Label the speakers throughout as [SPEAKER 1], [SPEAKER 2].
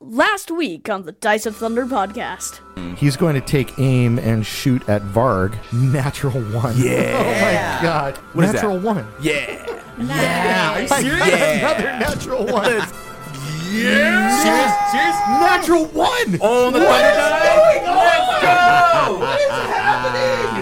[SPEAKER 1] Last week on the Dice of Thunder podcast.
[SPEAKER 2] He's going to take aim and shoot at Varg. Natural one.
[SPEAKER 3] Yeah.
[SPEAKER 2] Oh my god.
[SPEAKER 3] What is
[SPEAKER 2] natural
[SPEAKER 3] that?
[SPEAKER 2] one.
[SPEAKER 3] Yeah.
[SPEAKER 2] Yeah. Are you serious?
[SPEAKER 3] Yeah.
[SPEAKER 2] Another natural one.
[SPEAKER 3] Yeah. Serious? Serious?
[SPEAKER 2] natural one.
[SPEAKER 3] On Oh, the thunder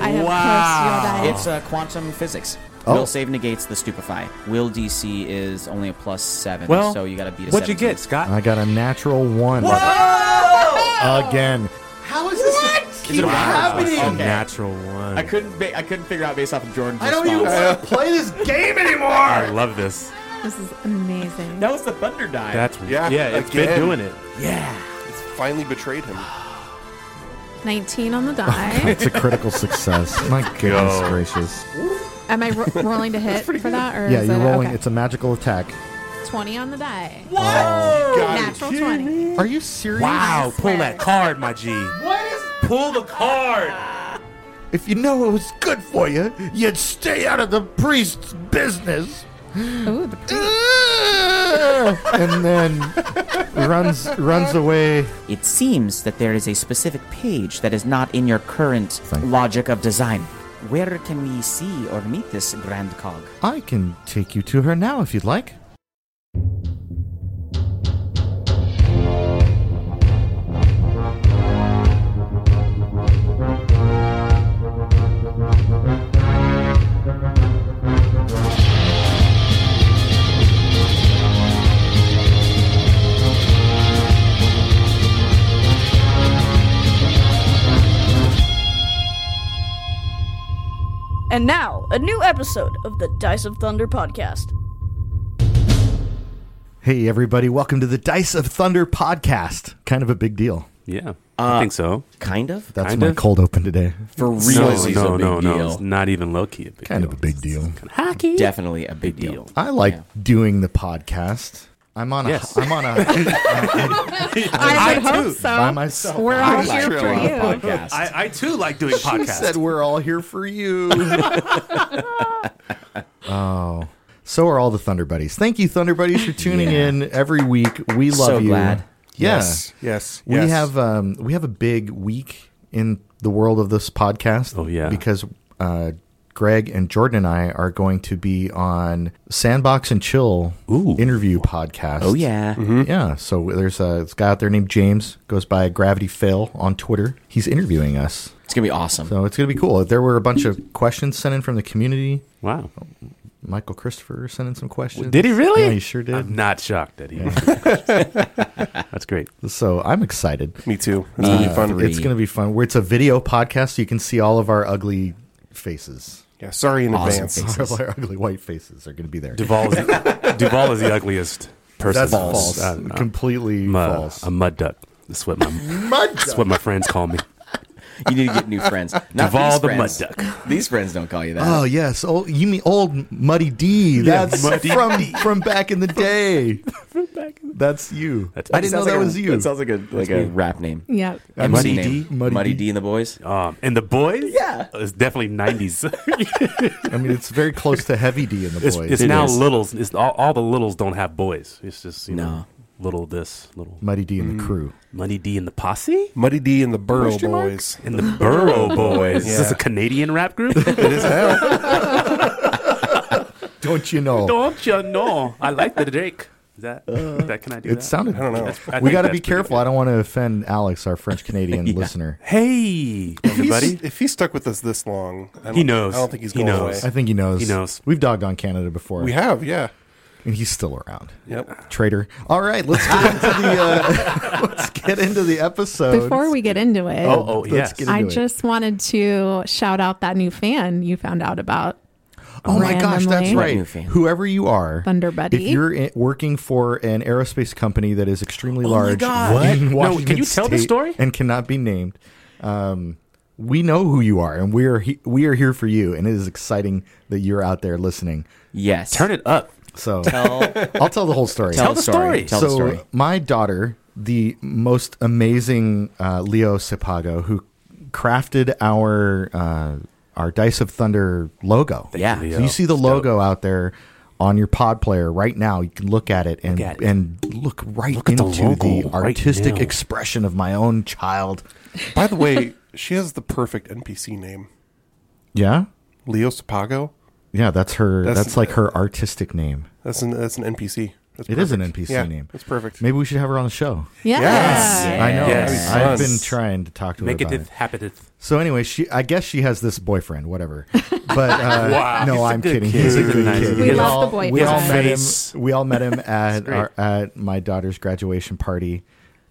[SPEAKER 4] I have
[SPEAKER 3] Wow.
[SPEAKER 4] cursed your die.
[SPEAKER 5] It's uh, quantum physics.
[SPEAKER 2] Oh.
[SPEAKER 5] Will save negates the stupefy. Will DC is only a plus seven,
[SPEAKER 3] Well,
[SPEAKER 5] so you gotta beat a
[SPEAKER 3] What'd you
[SPEAKER 5] 17.
[SPEAKER 3] get, Scott?
[SPEAKER 2] I got a natural one. Again.
[SPEAKER 6] How is this?
[SPEAKER 5] Is it a round?
[SPEAKER 6] happening?
[SPEAKER 3] A
[SPEAKER 5] Okay.
[SPEAKER 3] natural one.
[SPEAKER 5] I couldn't. Ba- I couldn't figure out based off of Jordan's
[SPEAKER 6] I don't even
[SPEAKER 5] response.
[SPEAKER 6] want to play this game
[SPEAKER 3] I
[SPEAKER 6] anymore.
[SPEAKER 3] love this.
[SPEAKER 4] This is amazing.
[SPEAKER 5] That was the thunder die.
[SPEAKER 3] That's yeah.
[SPEAKER 7] Yeah,
[SPEAKER 3] Yeah, it's been
[SPEAKER 7] again.
[SPEAKER 3] doing it.
[SPEAKER 7] It's finally betrayed him.
[SPEAKER 4] 19 on the die.
[SPEAKER 2] It's a critical success. My goodness gracious.
[SPEAKER 4] Am I ro- rolling to hit for that? Or
[SPEAKER 2] Yeah,
[SPEAKER 4] is
[SPEAKER 2] you're
[SPEAKER 4] it,
[SPEAKER 2] rolling.
[SPEAKER 4] okay.
[SPEAKER 2] It's a magical attack.
[SPEAKER 4] 20 on the die.
[SPEAKER 2] Oh,
[SPEAKER 7] Got it.
[SPEAKER 4] Natural 20.
[SPEAKER 2] Are you serious?
[SPEAKER 3] Wow, pull
[SPEAKER 4] swear.
[SPEAKER 3] that card, my G. What is? Pull the card.
[SPEAKER 2] If you know it was good for you, you'd stay out of the priest's business.
[SPEAKER 4] Ooh, the pre-
[SPEAKER 2] and then runs runs away.
[SPEAKER 5] It seems that there is a specific page that is not in your current
[SPEAKER 2] Thing.
[SPEAKER 5] logic of design. Where can we see or meet this grand cog?
[SPEAKER 2] I can take you to her now if you'd like.
[SPEAKER 1] And now, a new episode of the Dice of Thunder podcast.
[SPEAKER 2] Hey everybody, welcome to the Dice of Thunder podcast. Kind of a big deal.
[SPEAKER 3] Yeah, I think so.
[SPEAKER 5] Uh, Kind of.
[SPEAKER 2] That's
[SPEAKER 3] Kind
[SPEAKER 2] my
[SPEAKER 3] of?
[SPEAKER 2] cold open today.
[SPEAKER 5] For
[SPEAKER 3] No,
[SPEAKER 5] real,
[SPEAKER 3] no, no, no. It's not even low key. A big
[SPEAKER 2] Kind
[SPEAKER 3] deal.
[SPEAKER 2] of a big deal.
[SPEAKER 3] Hockey.
[SPEAKER 5] Definitely a big deal.
[SPEAKER 2] I like doing the podcast. I'm on a
[SPEAKER 3] Yes.
[SPEAKER 2] am on a
[SPEAKER 4] I would hope
[SPEAKER 2] by
[SPEAKER 4] so.
[SPEAKER 2] myself.
[SPEAKER 4] We're all here for
[SPEAKER 7] True.
[SPEAKER 4] you.
[SPEAKER 5] Podcast.
[SPEAKER 3] I, I too like doing
[SPEAKER 2] She said
[SPEAKER 3] podcasts.
[SPEAKER 2] we're all here for you. oh. So are all the Thunder Buddies. Thank you, Thunder Buddies, for tuning in every week. We love
[SPEAKER 5] So
[SPEAKER 2] you.
[SPEAKER 5] glad.
[SPEAKER 2] Yeah.
[SPEAKER 7] Yes.
[SPEAKER 2] We
[SPEAKER 7] yes.
[SPEAKER 2] have um, we have a big week in the world of this podcast.
[SPEAKER 3] Oh, yeah.
[SPEAKER 2] because uh, Greg and Jordan and I are going to be on Sandbox and Chill
[SPEAKER 3] Ooh. Mm-hmm.
[SPEAKER 2] interview podcast.
[SPEAKER 5] Oh yeah.
[SPEAKER 2] Yeah, so there's a this guy out there named James goes by Gravity Fail on Twitter. He's interviewing us,
[SPEAKER 5] It's gonna be awesome.
[SPEAKER 2] so it's gonna be cool. There were a bunch of questions sent in from the community.
[SPEAKER 3] Wow.
[SPEAKER 2] Michael Christopher sent in some questions.
[SPEAKER 3] Did he really?
[SPEAKER 2] Yeah, he sure did.
[SPEAKER 3] I'm not shocked that he. That's great.
[SPEAKER 2] so I'm excited. Uh,
[SPEAKER 7] Me too. It's gonna be fun.
[SPEAKER 2] It's gonna be fun. Where it's a video podcast, so you can see all of our ugly faces.
[SPEAKER 7] Yeah. Sorry in
[SPEAKER 5] Awesome.
[SPEAKER 7] advance.
[SPEAKER 2] All of our ugly white faces are going to be there.
[SPEAKER 3] Duval is, Duval is the ugliest person. Uh,
[SPEAKER 2] That's false.
[SPEAKER 3] I don't know.
[SPEAKER 2] Completely
[SPEAKER 3] I'm a,
[SPEAKER 2] false.
[SPEAKER 3] a mud duck. That's what my that's what my friends call me.
[SPEAKER 5] You need to get new friends. Not
[SPEAKER 3] Duval
[SPEAKER 5] these
[SPEAKER 3] the mud
[SPEAKER 5] friends.
[SPEAKER 3] duck.
[SPEAKER 5] These friends don't call you that.
[SPEAKER 2] oh yes, old, you mean old Muddy D? That's
[SPEAKER 3] Muddy
[SPEAKER 2] from from back in the day. That's you.
[SPEAKER 3] That's-
[SPEAKER 2] I didn't know
[SPEAKER 5] Sounds
[SPEAKER 2] that
[SPEAKER 5] like a-
[SPEAKER 2] was you.
[SPEAKER 5] That sounds like a like a rap name.
[SPEAKER 4] Yeah.
[SPEAKER 5] MC
[SPEAKER 3] Uh, Muddy
[SPEAKER 5] name.
[SPEAKER 3] D?
[SPEAKER 2] Muddy
[SPEAKER 5] Muddy,
[SPEAKER 2] D.
[SPEAKER 5] D. and the boys.
[SPEAKER 3] Um, and the boys, Uh,
[SPEAKER 5] Yeah.
[SPEAKER 3] it's definitely nineties.
[SPEAKER 2] I mean, it's very close to Heavy D in the
[SPEAKER 3] it's
[SPEAKER 2] boys.
[SPEAKER 3] it's
[SPEAKER 5] It
[SPEAKER 3] now
[SPEAKER 5] is.
[SPEAKER 3] littles. It's all, all the littles don't have boys. It's just you know
[SPEAKER 5] No.
[SPEAKER 3] little this little Hmm.
[SPEAKER 2] Muddy D and the crew.
[SPEAKER 3] Muddy D and the posse
[SPEAKER 7] Muddy D and the Burrow Boys.
[SPEAKER 3] and the Burrow boys. Is this a
[SPEAKER 7] Yeah.
[SPEAKER 3] Canadian rap group?
[SPEAKER 7] It is hell.
[SPEAKER 2] Don't you
[SPEAKER 5] Oh.
[SPEAKER 2] know?
[SPEAKER 3] don't you know? I like the Drake. Is that
[SPEAKER 5] Uh,
[SPEAKER 3] that can I do?
[SPEAKER 2] it
[SPEAKER 3] that?
[SPEAKER 2] sounded.
[SPEAKER 7] I don't know.
[SPEAKER 3] That's- I
[SPEAKER 2] we
[SPEAKER 3] think
[SPEAKER 2] got to
[SPEAKER 3] that's
[SPEAKER 2] be
[SPEAKER 3] pretty
[SPEAKER 2] careful.
[SPEAKER 3] good.
[SPEAKER 2] I don't want to offend Alex, our French Canadian listener.
[SPEAKER 3] Hey,
[SPEAKER 7] If he's-
[SPEAKER 3] everybody.
[SPEAKER 7] If he stuck with us this long, I don't-
[SPEAKER 3] He knows.
[SPEAKER 7] I don't think he's
[SPEAKER 3] He
[SPEAKER 7] going
[SPEAKER 3] knows.
[SPEAKER 2] I
[SPEAKER 7] away.
[SPEAKER 2] think he knows.
[SPEAKER 3] He knows.
[SPEAKER 2] We've dogged on Canada before.
[SPEAKER 7] We have, yeah.
[SPEAKER 2] and he's still around.
[SPEAKER 7] Yep.
[SPEAKER 2] Traitor. All right, let's get into the uh, let's get into the episode.
[SPEAKER 4] Before we get into it,
[SPEAKER 3] Oh, oh, yes.
[SPEAKER 2] get
[SPEAKER 4] I
[SPEAKER 2] into it.
[SPEAKER 4] just wanted to shout out that new fan you found out about.
[SPEAKER 2] oh my gosh, that's
[SPEAKER 4] randomly.
[SPEAKER 2] right.
[SPEAKER 5] New fan.
[SPEAKER 2] Whoever you are,
[SPEAKER 4] Thunder buddy.
[SPEAKER 2] If you're in, working for an aerospace company that is extremely
[SPEAKER 7] Oh
[SPEAKER 2] large,
[SPEAKER 3] God. What?
[SPEAKER 2] in
[SPEAKER 3] No,
[SPEAKER 2] Washington
[SPEAKER 3] can you tell the
[SPEAKER 2] State
[SPEAKER 3] story?
[SPEAKER 2] and cannot be named? Um, we know who you are, and we are he- we are here for you, and it is exciting that you're out there listening.
[SPEAKER 5] Yes.
[SPEAKER 3] Turn it up.
[SPEAKER 2] So
[SPEAKER 5] Tell,
[SPEAKER 2] I'll tell the whole story.
[SPEAKER 5] tell the story.
[SPEAKER 3] story.
[SPEAKER 5] Tell
[SPEAKER 2] so
[SPEAKER 5] the story.
[SPEAKER 2] my daughter, the most amazing uh, Leo Sipago, who crafted our uh, our Dice of Thunder logo.
[SPEAKER 5] Yeah.
[SPEAKER 3] Leo.
[SPEAKER 2] So you see the
[SPEAKER 3] It's
[SPEAKER 2] logo out there on your pod player right now. You can look at it and
[SPEAKER 3] at it.
[SPEAKER 2] and look right
[SPEAKER 7] at the
[SPEAKER 2] into the,
[SPEAKER 7] logo right
[SPEAKER 2] artistic
[SPEAKER 3] now.
[SPEAKER 2] expression of my own child.
[SPEAKER 7] By the way, she has the perfect NPC name,
[SPEAKER 2] Yeah,
[SPEAKER 7] Leo Sapago.
[SPEAKER 2] yeah. That's her. That's,
[SPEAKER 7] That's-
[SPEAKER 2] like her artistic name.
[SPEAKER 7] That's an that's an NPC. That's
[SPEAKER 2] It is an
[SPEAKER 7] perfect.
[SPEAKER 2] NPC
[SPEAKER 7] yeah,
[SPEAKER 2] name.
[SPEAKER 7] That's perfect.
[SPEAKER 2] Maybe we should have her on the show.
[SPEAKER 4] Yeah.
[SPEAKER 7] Yes.
[SPEAKER 2] I know.
[SPEAKER 3] Yes.
[SPEAKER 2] I've
[SPEAKER 7] Yes.
[SPEAKER 2] been trying to talk to her about
[SPEAKER 3] Negative
[SPEAKER 2] it.
[SPEAKER 3] habiteth.
[SPEAKER 2] So anyway, she I guess she has this boyfriend, whatever. But uh,
[SPEAKER 3] Wow.
[SPEAKER 2] no,
[SPEAKER 3] He's a
[SPEAKER 2] I'm
[SPEAKER 3] good
[SPEAKER 2] kidding.
[SPEAKER 3] kid.
[SPEAKER 2] He's a
[SPEAKER 3] He's a
[SPEAKER 2] good
[SPEAKER 3] nice
[SPEAKER 2] kid.
[SPEAKER 3] kid. We
[SPEAKER 4] love
[SPEAKER 2] all,
[SPEAKER 4] the
[SPEAKER 2] we all
[SPEAKER 4] boyfriend.
[SPEAKER 2] met him.
[SPEAKER 3] Face.
[SPEAKER 2] We all met him at
[SPEAKER 3] great.
[SPEAKER 2] our, at my daughter's graduation party.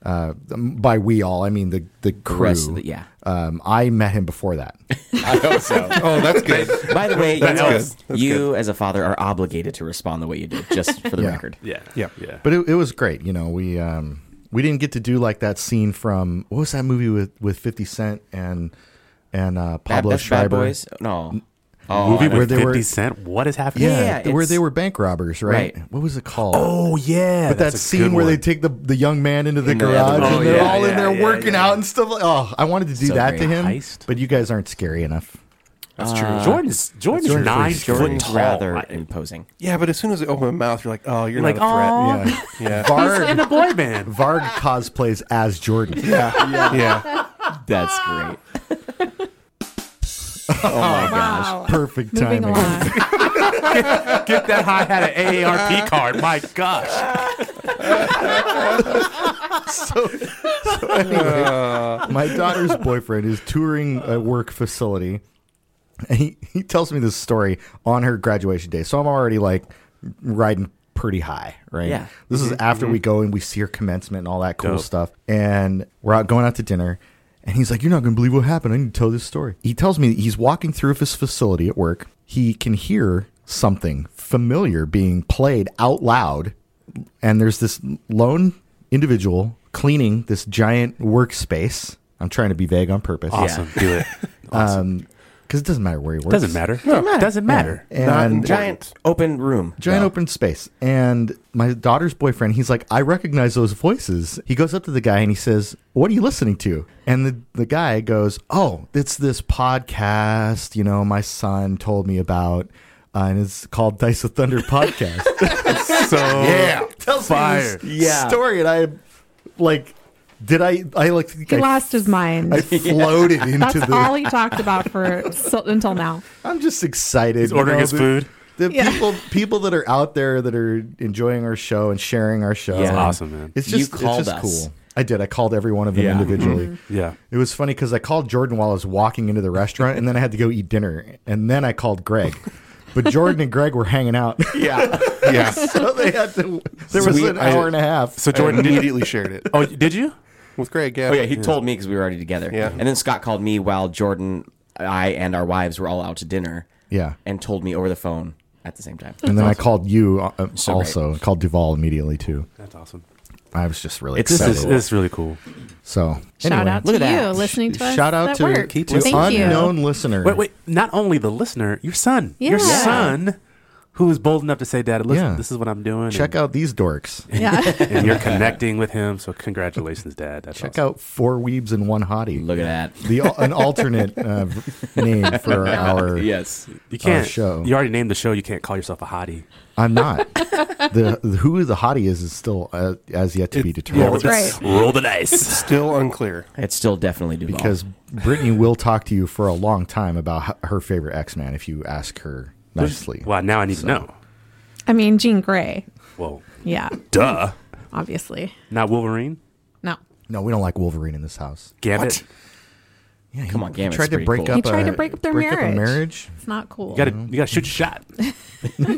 [SPEAKER 2] Uh, by we all, I mean the the crew.
[SPEAKER 5] rest of the- yeah.
[SPEAKER 2] Um, I met him before that.
[SPEAKER 5] I hope so.
[SPEAKER 7] oh, that's good.
[SPEAKER 5] By the way, you,
[SPEAKER 7] That's good. That's
[SPEAKER 5] you as a father are obligated to respond the way you did, just for the
[SPEAKER 2] Yeah.
[SPEAKER 5] record.
[SPEAKER 3] Yeah.
[SPEAKER 7] Yeah.
[SPEAKER 3] Yeah.
[SPEAKER 2] But it, it was great. You know, we um, we didn't get to do like that scene from what was that movie with with Fifty Cent and and uh,
[SPEAKER 5] Bad,
[SPEAKER 2] Pablo
[SPEAKER 5] that's Bad
[SPEAKER 2] Schreiber.
[SPEAKER 5] Boys? No. Oh,
[SPEAKER 3] Movie
[SPEAKER 5] I-
[SPEAKER 2] where
[SPEAKER 3] with
[SPEAKER 2] they were-
[SPEAKER 3] 50 Cent. What is happening?
[SPEAKER 2] Yeah,
[SPEAKER 5] Yeah,
[SPEAKER 2] where
[SPEAKER 5] it's-
[SPEAKER 2] they were bank robbers, right?
[SPEAKER 5] Right.
[SPEAKER 2] What was it called?
[SPEAKER 3] Oh yeah.
[SPEAKER 2] But that scene where they take the the young man into the
[SPEAKER 5] In the
[SPEAKER 2] garage
[SPEAKER 5] other room.
[SPEAKER 2] and they're
[SPEAKER 3] Oh, yeah,
[SPEAKER 2] all in
[SPEAKER 3] yeah,
[SPEAKER 2] there
[SPEAKER 3] yeah,
[SPEAKER 2] working
[SPEAKER 3] yeah.
[SPEAKER 2] out and stuff. Like, oh, I wanted to do
[SPEAKER 5] So
[SPEAKER 2] that to
[SPEAKER 5] great.
[SPEAKER 2] him,
[SPEAKER 3] Heist.
[SPEAKER 2] but you guys aren't scary enough.
[SPEAKER 7] That's true.
[SPEAKER 3] Jordan's Jordan's
[SPEAKER 2] Jordan's
[SPEAKER 3] nine
[SPEAKER 2] pretty
[SPEAKER 3] foot
[SPEAKER 5] Uh, Jordan's
[SPEAKER 3] tall.
[SPEAKER 5] rather
[SPEAKER 3] I-
[SPEAKER 5] imposing.
[SPEAKER 7] yeah, but as soon as they open my mouth, you're like, oh, you're
[SPEAKER 3] Like,
[SPEAKER 2] Yeah,
[SPEAKER 3] oh,
[SPEAKER 7] not a threat. Yeah.
[SPEAKER 3] he's in
[SPEAKER 2] Varg
[SPEAKER 3] a boy band.
[SPEAKER 2] Varg cosplays as Jordan.
[SPEAKER 7] yeah. Yeah.
[SPEAKER 5] That's great.
[SPEAKER 4] Wow.
[SPEAKER 2] Oh Perfect
[SPEAKER 4] Moving
[SPEAKER 2] timing.
[SPEAKER 4] along.
[SPEAKER 3] Get that high hat an AARP card. My gosh.
[SPEAKER 2] Uh, My daughter's boyfriend is touring a work facility, and he, he tells me this story on her graduation day. So I'm already like riding pretty high, right?
[SPEAKER 5] Yeah.
[SPEAKER 2] This is after we go and we see her commencement and all that cool
[SPEAKER 3] Dope.
[SPEAKER 2] stuff. And we're out going out to dinner. And he's like, You're not going to believe what happened. I need to tell this story. He tells me that he's walking through his facility at work. He can hear something familiar being played out loud. And there's this lone individual cleaning this giant workspace. I'm trying to be vague on purpose.
[SPEAKER 3] Awesome. Do it.
[SPEAKER 2] Because it doesn't matter where he works.
[SPEAKER 3] Doesn't matter. Doesn't matter.
[SPEAKER 2] And
[SPEAKER 7] Not in giant.
[SPEAKER 5] Open room.
[SPEAKER 2] giant open space and my daughter's boyfriend he's like i recognize those voices he goes up to the guy and he says what are you listening to and the, the guy goes oh it's this podcast you know my son told me about uh, and it's called dice of thunder podcast
[SPEAKER 3] So yeah.
[SPEAKER 2] tells
[SPEAKER 3] Fire.
[SPEAKER 2] me this story and i like did i i like think
[SPEAKER 4] He
[SPEAKER 2] I,
[SPEAKER 4] lost his mind.
[SPEAKER 2] I floated
[SPEAKER 4] That's
[SPEAKER 2] into the
[SPEAKER 4] all he talked about for so, until now.
[SPEAKER 2] i'm just excited
[SPEAKER 3] He's ordering
[SPEAKER 2] you know,
[SPEAKER 3] his
[SPEAKER 2] the-
[SPEAKER 3] food.
[SPEAKER 2] the people people that are out there that are enjoying our show and sharing our show.
[SPEAKER 5] That's
[SPEAKER 2] and
[SPEAKER 3] awesome, man.
[SPEAKER 2] It's
[SPEAKER 5] You
[SPEAKER 2] just,
[SPEAKER 5] called
[SPEAKER 2] it's just
[SPEAKER 5] us. Mm-hmm.
[SPEAKER 2] cool. I did. I called every one of them
[SPEAKER 5] Yeah.
[SPEAKER 2] individually.
[SPEAKER 3] Mm-hmm. Yeah.
[SPEAKER 2] It was funny because I called Jordan while I was walking into the restaurant, and then I had to go eat dinner, and then I called Greg. But Jordan and Greg were hanging out,
[SPEAKER 5] Yeah.
[SPEAKER 7] Yeah.
[SPEAKER 2] so they had to. There
[SPEAKER 7] So
[SPEAKER 2] was
[SPEAKER 7] we-
[SPEAKER 2] an
[SPEAKER 7] I-
[SPEAKER 2] hour and a half.
[SPEAKER 3] So
[SPEAKER 7] Jordan
[SPEAKER 3] Jordan Uh, did
[SPEAKER 7] immediately shared it
[SPEAKER 3] Oh, did you?
[SPEAKER 7] with Greg. Yeah.
[SPEAKER 5] Oh, yeah, he told me because we were already together.
[SPEAKER 7] Yeah.
[SPEAKER 5] And then Scott called me while Jordan, I, and our wives were all out to dinner.
[SPEAKER 2] Yeah.
[SPEAKER 5] And told me over the phone at the same time.
[SPEAKER 2] and then I called you uh,
[SPEAKER 5] So
[SPEAKER 2] also. I Called Duval immediately too.
[SPEAKER 3] That's awesome.
[SPEAKER 2] I was just really
[SPEAKER 5] It's-
[SPEAKER 3] This
[SPEAKER 2] excited.
[SPEAKER 3] is, this is really cool.
[SPEAKER 2] so
[SPEAKER 4] Shout
[SPEAKER 2] anyway.
[SPEAKER 4] out to
[SPEAKER 5] Look
[SPEAKER 4] you
[SPEAKER 5] at that.
[SPEAKER 4] listening to us.
[SPEAKER 2] Shout out
[SPEAKER 4] at
[SPEAKER 2] to,
[SPEAKER 4] work.
[SPEAKER 2] to
[SPEAKER 4] Thank
[SPEAKER 2] unknown
[SPEAKER 4] you.
[SPEAKER 2] listener.
[SPEAKER 3] Wait, wait. Not only the listener, your son. Your
[SPEAKER 4] Yeah.
[SPEAKER 3] son, who is bold enough to say, "Dad, listen,
[SPEAKER 2] Yeah.
[SPEAKER 3] this is what I'm doing."
[SPEAKER 2] Check
[SPEAKER 3] and,
[SPEAKER 2] out these dorks.
[SPEAKER 4] Yeah.
[SPEAKER 3] and you're connecting with him. So congratulations, Dad. That's
[SPEAKER 2] Check
[SPEAKER 3] awesome.
[SPEAKER 2] out Four Weebs and One Hottie.
[SPEAKER 5] Look at that.
[SPEAKER 2] The an alternate uh, v- name for our.
[SPEAKER 5] Yes.
[SPEAKER 3] You can't.
[SPEAKER 2] show.
[SPEAKER 3] You already named the show. You can't call yourself a hottie.
[SPEAKER 2] I'm not. The, the who the hottie is is still uh, as yet to be
[SPEAKER 7] yeah,
[SPEAKER 2] determined
[SPEAKER 7] but
[SPEAKER 4] Right.
[SPEAKER 3] Roll the dice.
[SPEAKER 7] Still unclear.
[SPEAKER 5] It's still definitely Duval.
[SPEAKER 2] because Brittany will talk to you for a long time about h- her favorite X Man if you ask her nicely.
[SPEAKER 3] Well, now I need to know.
[SPEAKER 4] I mean, Jean Grey.
[SPEAKER 3] Well,
[SPEAKER 4] Yeah,
[SPEAKER 3] duh.
[SPEAKER 4] obviously.
[SPEAKER 3] Not Wolverine.
[SPEAKER 4] No.
[SPEAKER 2] No, we don't like Wolverine in this house.
[SPEAKER 3] Gambit.
[SPEAKER 2] Yeah,
[SPEAKER 5] Come on,
[SPEAKER 2] he
[SPEAKER 5] Gambit's
[SPEAKER 2] tried to
[SPEAKER 5] pretty
[SPEAKER 2] break
[SPEAKER 5] cool.
[SPEAKER 2] up.
[SPEAKER 5] He
[SPEAKER 4] tried to
[SPEAKER 2] a-
[SPEAKER 4] break up their
[SPEAKER 2] a
[SPEAKER 4] marriage.
[SPEAKER 2] marriage.
[SPEAKER 4] It's not cool.
[SPEAKER 3] You gotta,
[SPEAKER 2] Mm-hmm.
[SPEAKER 3] you gotta shoot your shot.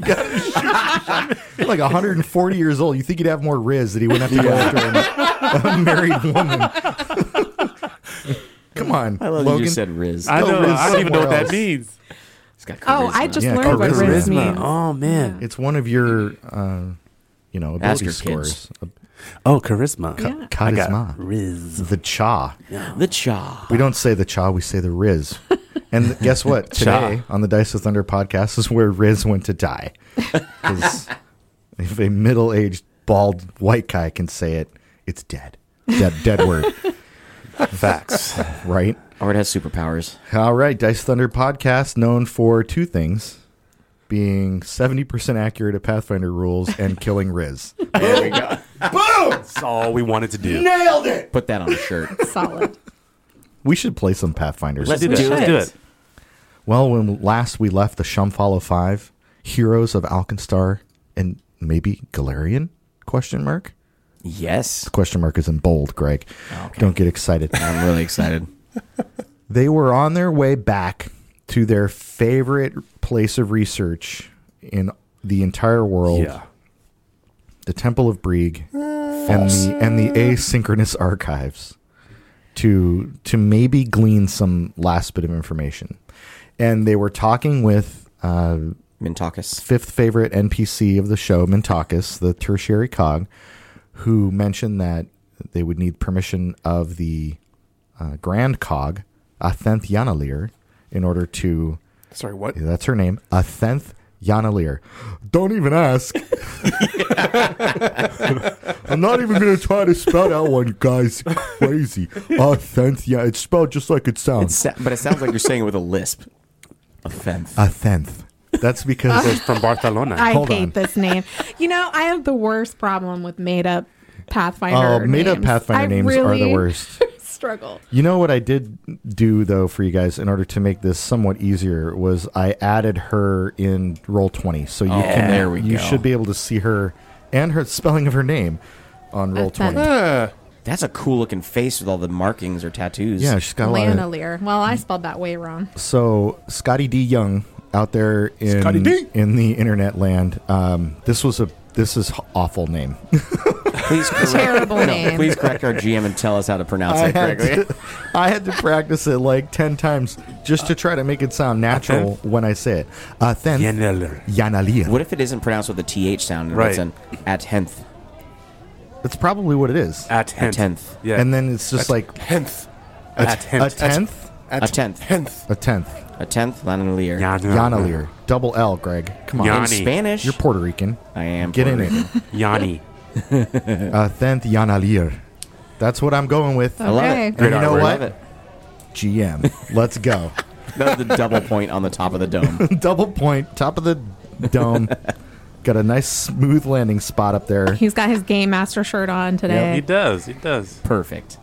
[SPEAKER 2] like 140 years old. You think he'd have more riz that he wouldn't have to go after an- a married woman? Come on,
[SPEAKER 5] I love that
[SPEAKER 2] Logan.
[SPEAKER 5] you just said Riz.
[SPEAKER 3] I
[SPEAKER 2] Go
[SPEAKER 3] know.
[SPEAKER 2] Riz
[SPEAKER 3] I don't even know what
[SPEAKER 2] somewhere
[SPEAKER 3] that
[SPEAKER 2] else.
[SPEAKER 3] means.
[SPEAKER 5] He's got
[SPEAKER 4] oh, I
[SPEAKER 5] charisma.
[SPEAKER 4] just
[SPEAKER 2] Yeah,
[SPEAKER 4] learned what
[SPEAKER 2] charisma.
[SPEAKER 4] Riz means.
[SPEAKER 3] Oh man.
[SPEAKER 2] it's one of your, uh, you know,
[SPEAKER 5] Ask
[SPEAKER 2] ability
[SPEAKER 5] your
[SPEAKER 2] scores.
[SPEAKER 3] Oh, charisma.
[SPEAKER 4] Yeah.
[SPEAKER 3] I got
[SPEAKER 2] Charisma.
[SPEAKER 3] Riz.
[SPEAKER 2] The cha.
[SPEAKER 5] the cha.
[SPEAKER 2] We don't say the cha, we say the riz. And th- guess what?
[SPEAKER 3] Cha.
[SPEAKER 2] Today on the Dice of Thunder podcast is where Riz went to die. 'Cause if a middle aged, bald, white guy can say it, it's dead. Dead, dead word,
[SPEAKER 3] Facts.
[SPEAKER 2] right?
[SPEAKER 5] Or it has superpowers.
[SPEAKER 2] All right, Dice Thunder podcast, known for two things being 70% accurate at Pathfinder rules and killing Riz.
[SPEAKER 5] There we go.
[SPEAKER 3] That's all we wanted to do.
[SPEAKER 5] Nailed it. Put that on a shirt.
[SPEAKER 4] Solid.
[SPEAKER 2] We should play some Pathfinder.
[SPEAKER 5] Let's
[SPEAKER 3] do
[SPEAKER 5] do
[SPEAKER 3] it.
[SPEAKER 5] it.
[SPEAKER 3] Let's do it.
[SPEAKER 2] Well, when last we left the Shumfalo Five, heroes of Alkenstar and maybe Galarian? Question mark.
[SPEAKER 5] Yes.
[SPEAKER 2] Question mark is in bold, Greg. Don't get excited.
[SPEAKER 5] I'm really excited.
[SPEAKER 2] they were on their way back to their favorite place of research in the entire world,
[SPEAKER 3] Yeah.
[SPEAKER 2] the Temple of Brieg, and the and the asynchronous archives to to maybe glean some last bit of information. And they were talking with uh,
[SPEAKER 5] Mintakis.
[SPEAKER 2] fifth favorite NPC of the show, Mintakis, the tertiary cog, who mentioned that they would need permission of the uh, grand cog, Athenth Yanalir, in order to.
[SPEAKER 7] Sorry, what?
[SPEAKER 2] yeah, That's her name, Athenth Yanalir. Don't even ask. I'm not even going to try to spell that one, guys. Crazy. Athenth, yeah, it's spelled just like it
[SPEAKER 5] It
[SPEAKER 2] sounds.
[SPEAKER 5] sa- but it sounds like you're saying it with a lisp. Offense.
[SPEAKER 2] Athenth. That's because
[SPEAKER 3] It's from Barcelona.
[SPEAKER 4] I
[SPEAKER 2] Hold
[SPEAKER 4] hate
[SPEAKER 2] on.
[SPEAKER 4] this name. You know, I have the worst problem with made up Pathfinder.
[SPEAKER 2] Oh, made-up
[SPEAKER 4] names.
[SPEAKER 2] Pathfinder
[SPEAKER 4] I
[SPEAKER 2] names are the
[SPEAKER 4] really
[SPEAKER 2] worst.
[SPEAKER 4] struggle.
[SPEAKER 2] You know what I did do though for you guys in order to make this somewhat easier was I added her in roll twenty, so you can
[SPEAKER 5] Oh, there we
[SPEAKER 2] you
[SPEAKER 5] go.
[SPEAKER 2] should be able to see her and her spelling of her name on roll
[SPEAKER 4] Athen-
[SPEAKER 2] twenty.
[SPEAKER 5] That's a cool looking face with all the markings or tattoos.
[SPEAKER 2] Yeah, she's got a lot. Of,
[SPEAKER 4] Lanolier. Well, I spelled that way wrong.
[SPEAKER 2] so Scotty D Young out there in
[SPEAKER 7] Scotty D.
[SPEAKER 2] in the internet land, um, this was a this is h- awful name.
[SPEAKER 5] Please correct,
[SPEAKER 4] Terrible name.
[SPEAKER 5] Please correct our GM and tell us how to pronounce
[SPEAKER 2] I
[SPEAKER 5] it
[SPEAKER 2] had,
[SPEAKER 5] correctly.
[SPEAKER 2] to, I had to practice it like ten times just to try to make it sound natural when I say it. Uh, Athen
[SPEAKER 3] Yanalir.
[SPEAKER 2] Yanalia.
[SPEAKER 5] What if it isn't pronounced with a th sound? And It's
[SPEAKER 3] Right.
[SPEAKER 5] an at tenth.
[SPEAKER 2] That's probably what it is.
[SPEAKER 3] At
[SPEAKER 5] At
[SPEAKER 3] tenth.
[SPEAKER 5] tenth.
[SPEAKER 3] Yeah.
[SPEAKER 2] And then it's just like
[SPEAKER 7] Henth.
[SPEAKER 2] a,
[SPEAKER 3] At
[SPEAKER 2] t-
[SPEAKER 3] tenth.
[SPEAKER 2] a tenth,
[SPEAKER 7] At
[SPEAKER 5] A tenth.
[SPEAKER 7] Henth.
[SPEAKER 2] a tenth,
[SPEAKER 5] A tenth. Lanolier.
[SPEAKER 2] Yanalier, double L, Greg. Come on,
[SPEAKER 5] In
[SPEAKER 3] Yanni.
[SPEAKER 5] Spanish.
[SPEAKER 2] you're Puerto Rican.
[SPEAKER 5] I am.
[SPEAKER 2] Get
[SPEAKER 5] Puerto
[SPEAKER 2] in it.
[SPEAKER 5] Rican.
[SPEAKER 3] Yanni.
[SPEAKER 2] A tenth Yanalier. That's what I'm going with.
[SPEAKER 5] I love
[SPEAKER 4] Okay.
[SPEAKER 5] it.
[SPEAKER 2] And you know
[SPEAKER 5] I
[SPEAKER 2] what?
[SPEAKER 5] love it.
[SPEAKER 2] GM, let's go.
[SPEAKER 5] That was the double point on the top of the dome.
[SPEAKER 2] double point, top of the dome. Got a nice smooth landing spot up there.
[SPEAKER 4] He's got his game master shirt on today.
[SPEAKER 3] He does. He does.
[SPEAKER 5] Perfect.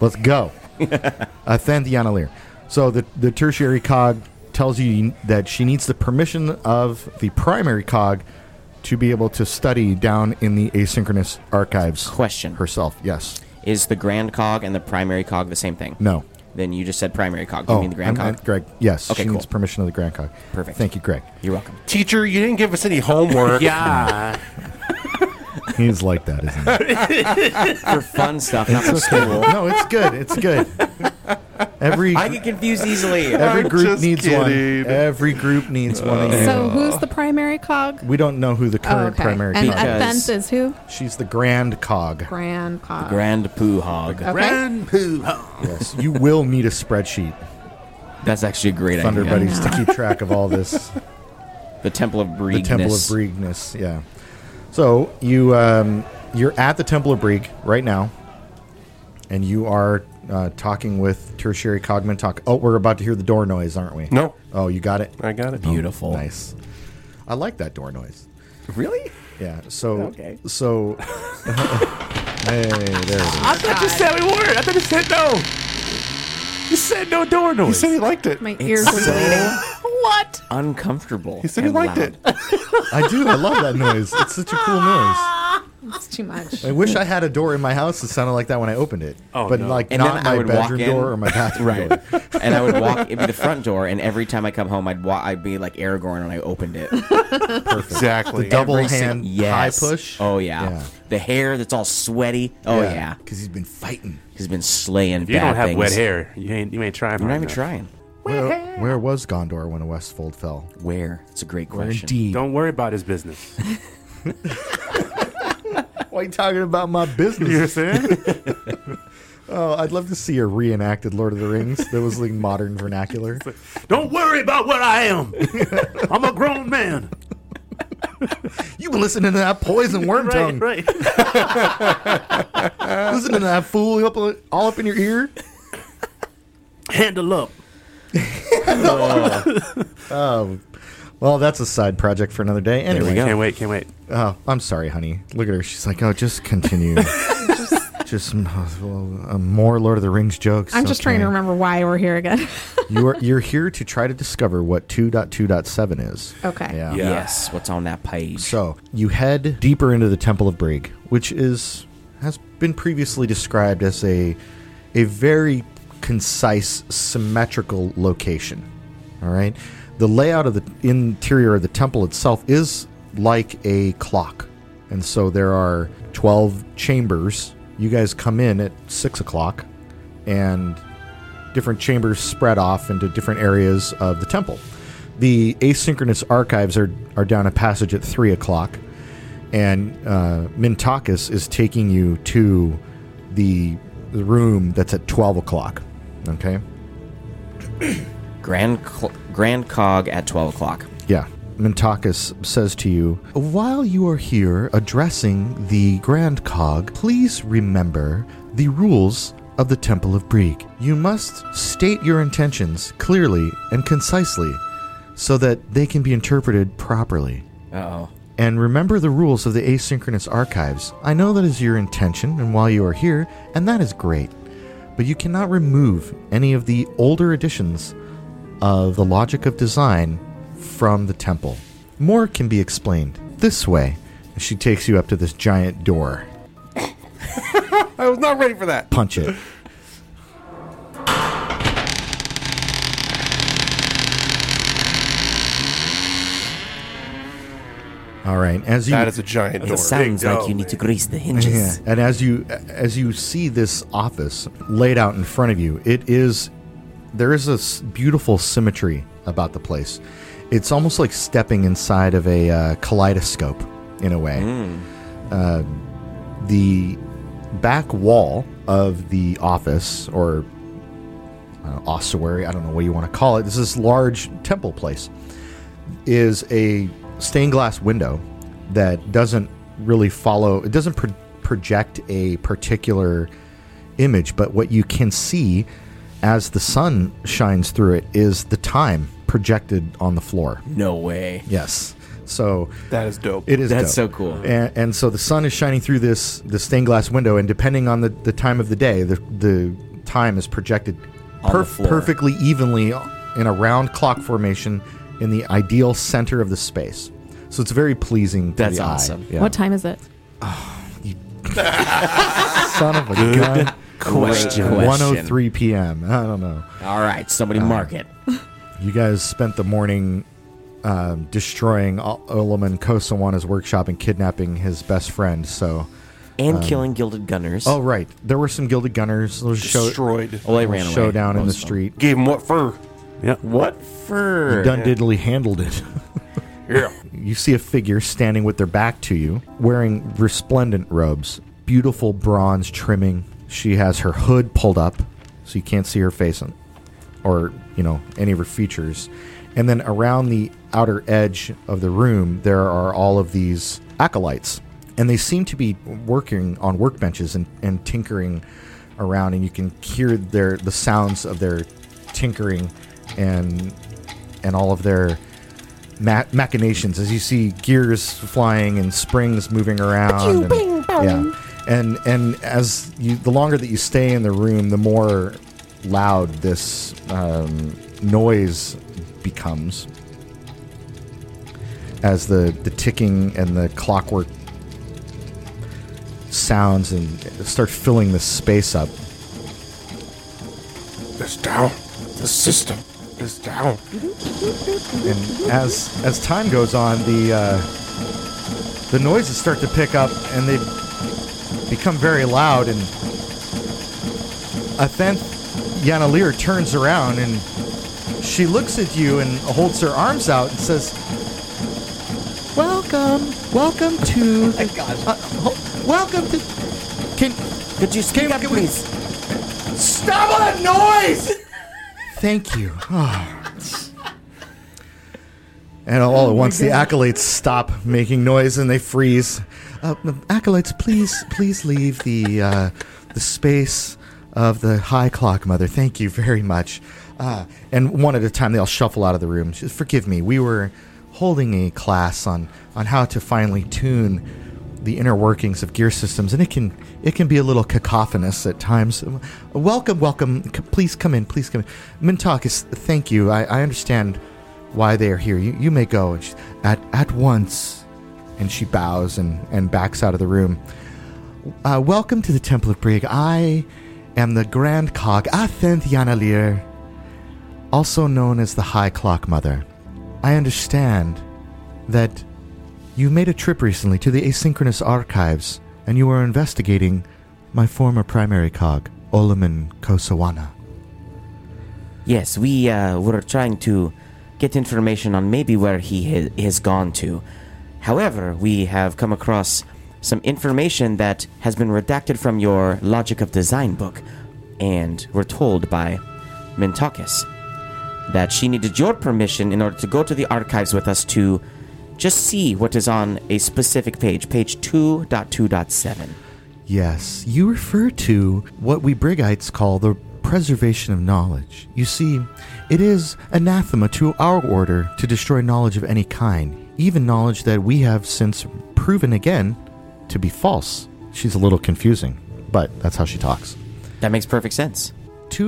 [SPEAKER 2] Let's go. uh, thank the Yanalier. So the, the tertiary cog tells you that she needs the permission of the primary cog to be able to study down in the asynchronous archives
[SPEAKER 5] Question:
[SPEAKER 2] herself. Yes.
[SPEAKER 5] Is the grand cog and the primary cog the same thing?
[SPEAKER 2] No.
[SPEAKER 5] Then you just said primary cog. Oh, You mean the grand
[SPEAKER 2] I
[SPEAKER 5] cog?
[SPEAKER 2] meant Oh, Greg. Yes.
[SPEAKER 5] Okay,
[SPEAKER 2] she
[SPEAKER 5] cool.
[SPEAKER 2] needs permission of the grand cog.
[SPEAKER 5] Perfect.
[SPEAKER 2] Thank you, Greg.
[SPEAKER 5] You're welcome.
[SPEAKER 7] Teacher, you didn't give us any homework.
[SPEAKER 3] Yeah.
[SPEAKER 2] He's like that, isn't he?
[SPEAKER 5] For fun stuff, not for
[SPEAKER 2] It's okay.
[SPEAKER 5] school.
[SPEAKER 2] No, it's good. It's good. Every
[SPEAKER 5] I get confused easily.
[SPEAKER 2] every
[SPEAKER 7] I'm
[SPEAKER 2] group
[SPEAKER 7] just
[SPEAKER 2] needs
[SPEAKER 7] kidding.
[SPEAKER 2] one. Every group needs one.
[SPEAKER 5] Uh,
[SPEAKER 2] of you.
[SPEAKER 4] So who's the primary cog? Oh,
[SPEAKER 2] we don't know who the current primary
[SPEAKER 4] And
[SPEAKER 2] cog is.
[SPEAKER 5] Because-
[SPEAKER 4] offense is who?
[SPEAKER 2] She's the grand cog.
[SPEAKER 4] Grand cog.
[SPEAKER 5] Grand poo hog.
[SPEAKER 4] okay.
[SPEAKER 2] Yes, you will need a spreadsheet,
[SPEAKER 5] That's actually a great
[SPEAKER 2] Thunder
[SPEAKER 5] idea.
[SPEAKER 2] Buddies, to keep track of all this.
[SPEAKER 5] The Temple of
[SPEAKER 2] the
[SPEAKER 5] Breedness.
[SPEAKER 2] Temple of Breegness, yeah. So you um, you're at the Temple of Breeg right now, and you are uh, talking with Tertiary Cogman Talk. Oh, we're about to hear the door noise, aren't we?
[SPEAKER 7] No.
[SPEAKER 2] Oh, you got it. Oh,
[SPEAKER 7] I got it.
[SPEAKER 5] Beautiful.
[SPEAKER 2] Nice. I like that door noise.
[SPEAKER 5] Really?
[SPEAKER 2] Yeah. So
[SPEAKER 5] Okay.
[SPEAKER 2] so. hey, there it is.
[SPEAKER 3] I thought you said we were. I thought you said no. You said no door
[SPEAKER 7] He
[SPEAKER 3] noise.
[SPEAKER 7] said he liked it.
[SPEAKER 4] My ears are bleeding. what?
[SPEAKER 5] Uncomfortable.
[SPEAKER 7] He said he
[SPEAKER 5] and
[SPEAKER 7] liked
[SPEAKER 5] loud.
[SPEAKER 7] it.
[SPEAKER 2] I do. I love that noise. It's such a cool noise.
[SPEAKER 4] It's too much.
[SPEAKER 2] I wish I had a door in my house that sounded like that when I opened it.
[SPEAKER 3] Oh,
[SPEAKER 2] but
[SPEAKER 3] no.
[SPEAKER 2] like
[SPEAKER 5] And
[SPEAKER 2] not
[SPEAKER 5] then I
[SPEAKER 2] my
[SPEAKER 5] would walk
[SPEAKER 2] bedroom
[SPEAKER 5] in-
[SPEAKER 2] door or my bathroom door.
[SPEAKER 5] Right. and I would walk. It'd be the front door, and every time I come home, I'd wa- I'd be like Aragorn when I opened it.
[SPEAKER 7] Exactly.
[SPEAKER 2] Double
[SPEAKER 5] Every sing-
[SPEAKER 2] hand
[SPEAKER 5] yes.
[SPEAKER 2] high push.
[SPEAKER 5] Oh yeah.
[SPEAKER 2] Yeah.
[SPEAKER 5] The hair that's all sweaty. Oh yeah.
[SPEAKER 2] Because he's been fighting.
[SPEAKER 5] He's been slaying.
[SPEAKER 3] you
[SPEAKER 5] bad
[SPEAKER 3] don't have
[SPEAKER 5] things.
[SPEAKER 3] wet hair. You ain't. You ain't trying.
[SPEAKER 5] I'm
[SPEAKER 3] right
[SPEAKER 5] not even
[SPEAKER 3] now.
[SPEAKER 5] trying.
[SPEAKER 2] Where, where was Gondor when Westfold fell?
[SPEAKER 5] Where? It's a great
[SPEAKER 2] Where
[SPEAKER 5] question.
[SPEAKER 2] indeed?
[SPEAKER 3] Don't worry about his business. You
[SPEAKER 2] Why are you talking about my
[SPEAKER 3] know what
[SPEAKER 2] business?
[SPEAKER 3] I'm saying?
[SPEAKER 2] oh, I'd love to see a reenacted Lord of the Rings that was like modern vernacular.
[SPEAKER 3] don't worry about what I am. I'm a grown man.
[SPEAKER 2] You been listening to that poison worm tongue.
[SPEAKER 3] Right. Right.
[SPEAKER 2] Listening to that fool up, all up in your ear.
[SPEAKER 3] Handle up.
[SPEAKER 2] Oh, Well, that's a side project for another day. Anyway,
[SPEAKER 5] go.
[SPEAKER 3] Can't wait, can't wait.
[SPEAKER 2] Oh, I'm sorry, honey. Look at her. She's like, oh, just continue. just uh, well, uh, more Lord of the Rings jokes.
[SPEAKER 4] I'm just trying to
[SPEAKER 2] okay.
[SPEAKER 4] remember why we're here again.
[SPEAKER 2] you're you're here to try to discover what 2.2.7 is.
[SPEAKER 4] Okay.
[SPEAKER 2] Yeah.
[SPEAKER 3] Yeah.
[SPEAKER 5] Yes, what's on that page?
[SPEAKER 2] So you head deeper into the Temple of Brig, which is has been previously described as a a very concise, symmetrical location. All right. The layout of the interior of the temple itself is like a clock. And so there are 12 chambers. You guys come in at 6 o'clock, and different chambers spread off into different areas of the temple. The asynchronous archives are, are down a passage at 3 o'clock, and uh, Mintakis is taking you to the, the room that's at 12 o'clock. Okay?
[SPEAKER 5] Grand Cl- Grand Cog at twelve o'clock.
[SPEAKER 2] Yeah. Mintakis says to you, While you are here addressing the Grand Cog, please remember the rules of the Temple of Brieg. You must state your intentions clearly and concisely so that they can be interpreted properly.
[SPEAKER 5] Uh oh.
[SPEAKER 2] And remember the rules of the asynchronous archives. I know that is your intention, and while you are here, and that is great. But you cannot remove any of the older editions of the logic of design from the temple. More can be explained this way. And She takes you up to this giant door.
[SPEAKER 7] I was not ready for that.
[SPEAKER 2] Punch it. All right. As you
[SPEAKER 7] That is a giant door.
[SPEAKER 5] That sounds
[SPEAKER 7] Big
[SPEAKER 5] like
[SPEAKER 7] dog.
[SPEAKER 5] you need to grease the hinges.
[SPEAKER 2] Yeah. And as you as you see this office laid out in front of you, it is there is a s- beautiful symmetry about the place. It's almost like stepping inside of a uh, kaleidoscope in a way.
[SPEAKER 7] Hmm.
[SPEAKER 3] Mm.
[SPEAKER 2] Uh, the back wall of the office or uh, ossuary, I don't know what you want to call it. This is large temple place is a stained glass window that doesn't really follow it doesn't pro- project a particular image but what you can see as the sun shines through it is the time projected on the floor
[SPEAKER 5] No way.
[SPEAKER 2] yes so
[SPEAKER 7] That is dope.
[SPEAKER 2] it is
[SPEAKER 5] That's
[SPEAKER 2] dope.
[SPEAKER 5] so cool.
[SPEAKER 2] and, and so the sun is shining through this the stained glass window and depending on the, the time of the day the the time is projected
[SPEAKER 5] On the floor.
[SPEAKER 2] perfectly evenly in a round clock formation in the ideal center of the space so it's very pleasing to
[SPEAKER 5] That's
[SPEAKER 2] the eye.
[SPEAKER 5] awesome.
[SPEAKER 2] Yeah. Oh,
[SPEAKER 4] What time is it?
[SPEAKER 2] son of a oh gun
[SPEAKER 5] Question.
[SPEAKER 2] 103 p.m i don't know
[SPEAKER 5] All right, somebody
[SPEAKER 2] Uh,
[SPEAKER 5] mark it.
[SPEAKER 2] You guys spent the morning um, destroying Al- Olaman Kosawana's workshop and kidnapping his best friend. So, um,
[SPEAKER 5] And killing gilded gunners.
[SPEAKER 2] oh right, there were some gilded gunners. There was show-
[SPEAKER 7] Destroyed.
[SPEAKER 5] well, Oh, they ran away.
[SPEAKER 2] showdown in the
[SPEAKER 5] Most of them.
[SPEAKER 2] street.
[SPEAKER 7] Gave him what fur?
[SPEAKER 3] Yeah.
[SPEAKER 5] What for?
[SPEAKER 2] Dun diddly handled it.
[SPEAKER 7] Yeah.
[SPEAKER 2] you see a figure standing with their back to you, wearing resplendent robes, beautiful bronze trimming. She has her hood pulled up, so you can't see her face on, or you know any of her features. And then around the outer edge of the room, there are all of these acolytes, and they seem to be working on workbenches and, and tinkering around. And you can hear their the sounds of their tinkering and and all of their ma- machinations as you see gears flying and springs moving around. and- yeah, and and as you the longer that you stay in the room, the more loud this um, noise becomes as the the ticking and the clockwork sounds and start filling this space up.
[SPEAKER 7] It's down. The system is down.
[SPEAKER 2] and as as time goes on, the uh, the noises start to pick up, and they become very loud. And Athen Yanalir turns around, and she looks at you and holds her arms out and says, "Welcome, welcome to, uh, ho- welcome to." Can
[SPEAKER 5] Could you speak
[SPEAKER 2] Can-
[SPEAKER 5] up,
[SPEAKER 2] can we-
[SPEAKER 5] please?
[SPEAKER 3] Stop all that noise!
[SPEAKER 2] Thank you. and all at once, the acolytes stop making noise and they freeze. Uh, the acolytes, please, please leave the uh, the space of the high clock, mother. Thank you very much. Uh, and one at a time, they all shuffle out of the room. She says, Forgive me. We were holding a class on on how to finely tune the inner workings of gear systems, and it can it can be a little cacophonous at times. Welcome, welcome. C- please come in. Please come in. Mintakis, thank you. I, I understand why they are here. You, you may go. And she, at at once, and she bows and and backs out of the room. Uh, welcome to the Temple of Brig. I am the Grand Cog Athenth Yanalir, also known as the High Clock Mother. I understand that you made a trip recently to the Asynchronous Archives, and you were investigating my former primary cog, Olaman Kosawana.
[SPEAKER 5] Yes, we uh, were trying to get information on maybe where he ha- has gone to. However, we have come across some information that has been redacted from your Logic of Design book, and we're told by Mentakis that she needed your permission in order to go to the archives with us to just see what is on a specific page, page 2.2.7.
[SPEAKER 2] Yes, you refer to what we Brigites call the preservation of knowledge. You see, it is anathema to our order to destroy knowledge of any kind, even knowledge that we have since proven again to be false. She's a little confusing, but that's how she talks.
[SPEAKER 5] That makes perfect sense.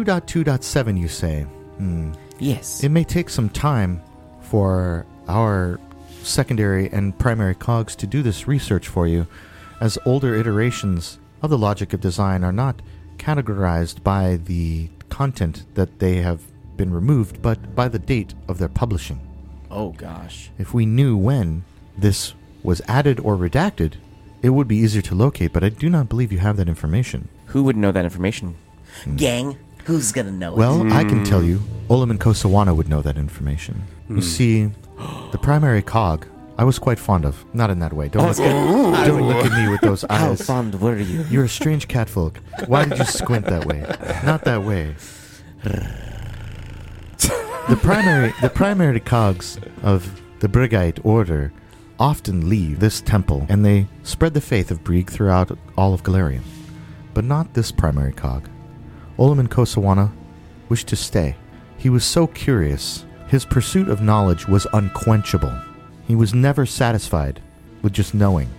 [SPEAKER 2] 2.2.7, you say. Hmm.
[SPEAKER 5] Yes.
[SPEAKER 2] It may take some time for our secondary and primary cogs to do this research for you, as older iterations of the logic of design are not categorized by the content that they have been removed, but by the date of their publishing.
[SPEAKER 5] oh, gosh.
[SPEAKER 2] If we knew when this was added or redacted, it would be easier to locate, but I do not believe you have that information.
[SPEAKER 5] Who would know that information? Gang, who's gonna know
[SPEAKER 2] Hmm. Well, I can
[SPEAKER 5] Hmm.
[SPEAKER 2] tell you, Olaman Kosawana would know that information. You see, the primary cog, I was quite fond of. Not in that way. Don't, look, at, don't look at me with those
[SPEAKER 5] Oh. How
[SPEAKER 2] eyes.
[SPEAKER 5] fond were you?
[SPEAKER 2] You're a strange catfolk. Why did you squint that way? Not that way. The primary, the primary cogs of the Brigite order often leave this temple, and they spread the faith of Brig throughout all of Galarian. But not this primary cog. Olaman Kosawana wished to stay. He was so curious. His pursuit of knowledge was unquenchable. He was never satisfied with just knowing.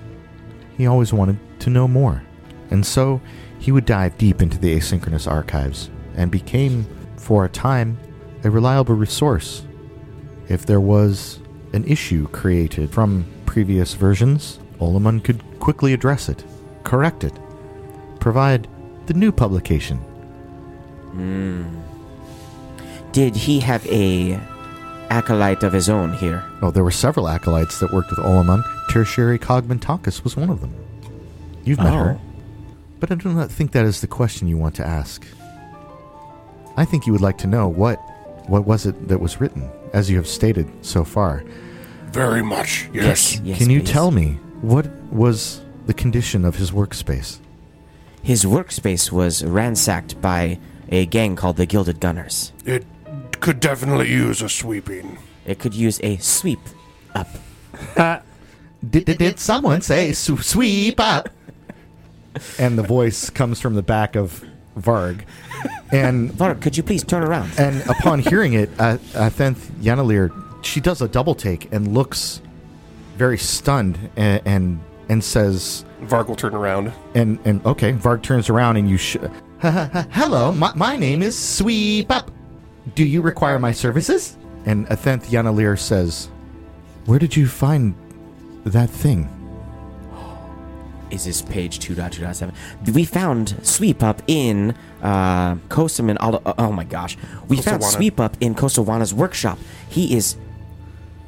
[SPEAKER 2] He always wanted to know more. And so he would dive deep into the asynchronous archives and became, for a time, a reliable resource. If there was an issue created from previous versions, Olaman could quickly address it, correct it, provide the new publication
[SPEAKER 5] Hmm. Did he have a acolyte of his own here?
[SPEAKER 2] Oh, there were several acolytes that worked with Olaman. Tertiary Cogmentakis was one of them. You've met her.
[SPEAKER 5] Oh.
[SPEAKER 2] But I do not think that is the question you want to ask. I think you would like to know what what was it that was written, as you have stated so far.
[SPEAKER 7] Very much.
[SPEAKER 5] Yes. yes
[SPEAKER 2] Can you
[SPEAKER 5] please.
[SPEAKER 2] tell me what was the condition of his workspace?
[SPEAKER 5] His workspace was ransacked by a gang called the Gilded Gunners.
[SPEAKER 7] It could definitely use a sweeping.
[SPEAKER 5] It could use a sweep up.
[SPEAKER 2] Did, did, did someone say "Sw- sweep up? And the voice comes from the back of Varg. And
[SPEAKER 5] Varg, could you please turn around?
[SPEAKER 2] And upon hearing it, uh, Athenth Yanalir, she does a double take and looks very stunned and and, and says,
[SPEAKER 7] Varg will turn around.
[SPEAKER 2] and, and okay, Varg turns around and you sh- Hello, my, my name is Sweep Up. Do you require my services? And Athenth Yanalir says, Where did you find that thing?
[SPEAKER 5] Is this page 2.2.7? We found sweep up in uh, Kosam and all. Oh my gosh. We found
[SPEAKER 7] Kosawana.
[SPEAKER 5] sweep up in Kosawana's workshop. He is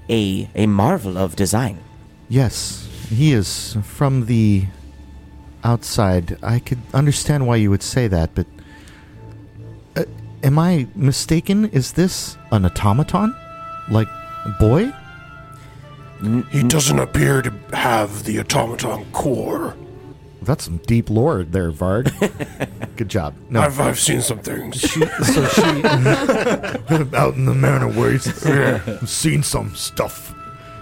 [SPEAKER 5] a, a marvel of design.
[SPEAKER 2] Yes, he is from the outside. I could understand why you would say that, but uh, am I mistaken? Is this an automaton? Like a boy?
[SPEAKER 7] He doesn't appear to have the automaton core.
[SPEAKER 2] That's some deep lore there, Varg. Good job. No.
[SPEAKER 7] I've, I've seen some things.
[SPEAKER 2] she, so she out in the manor waste. I've seen some stuff.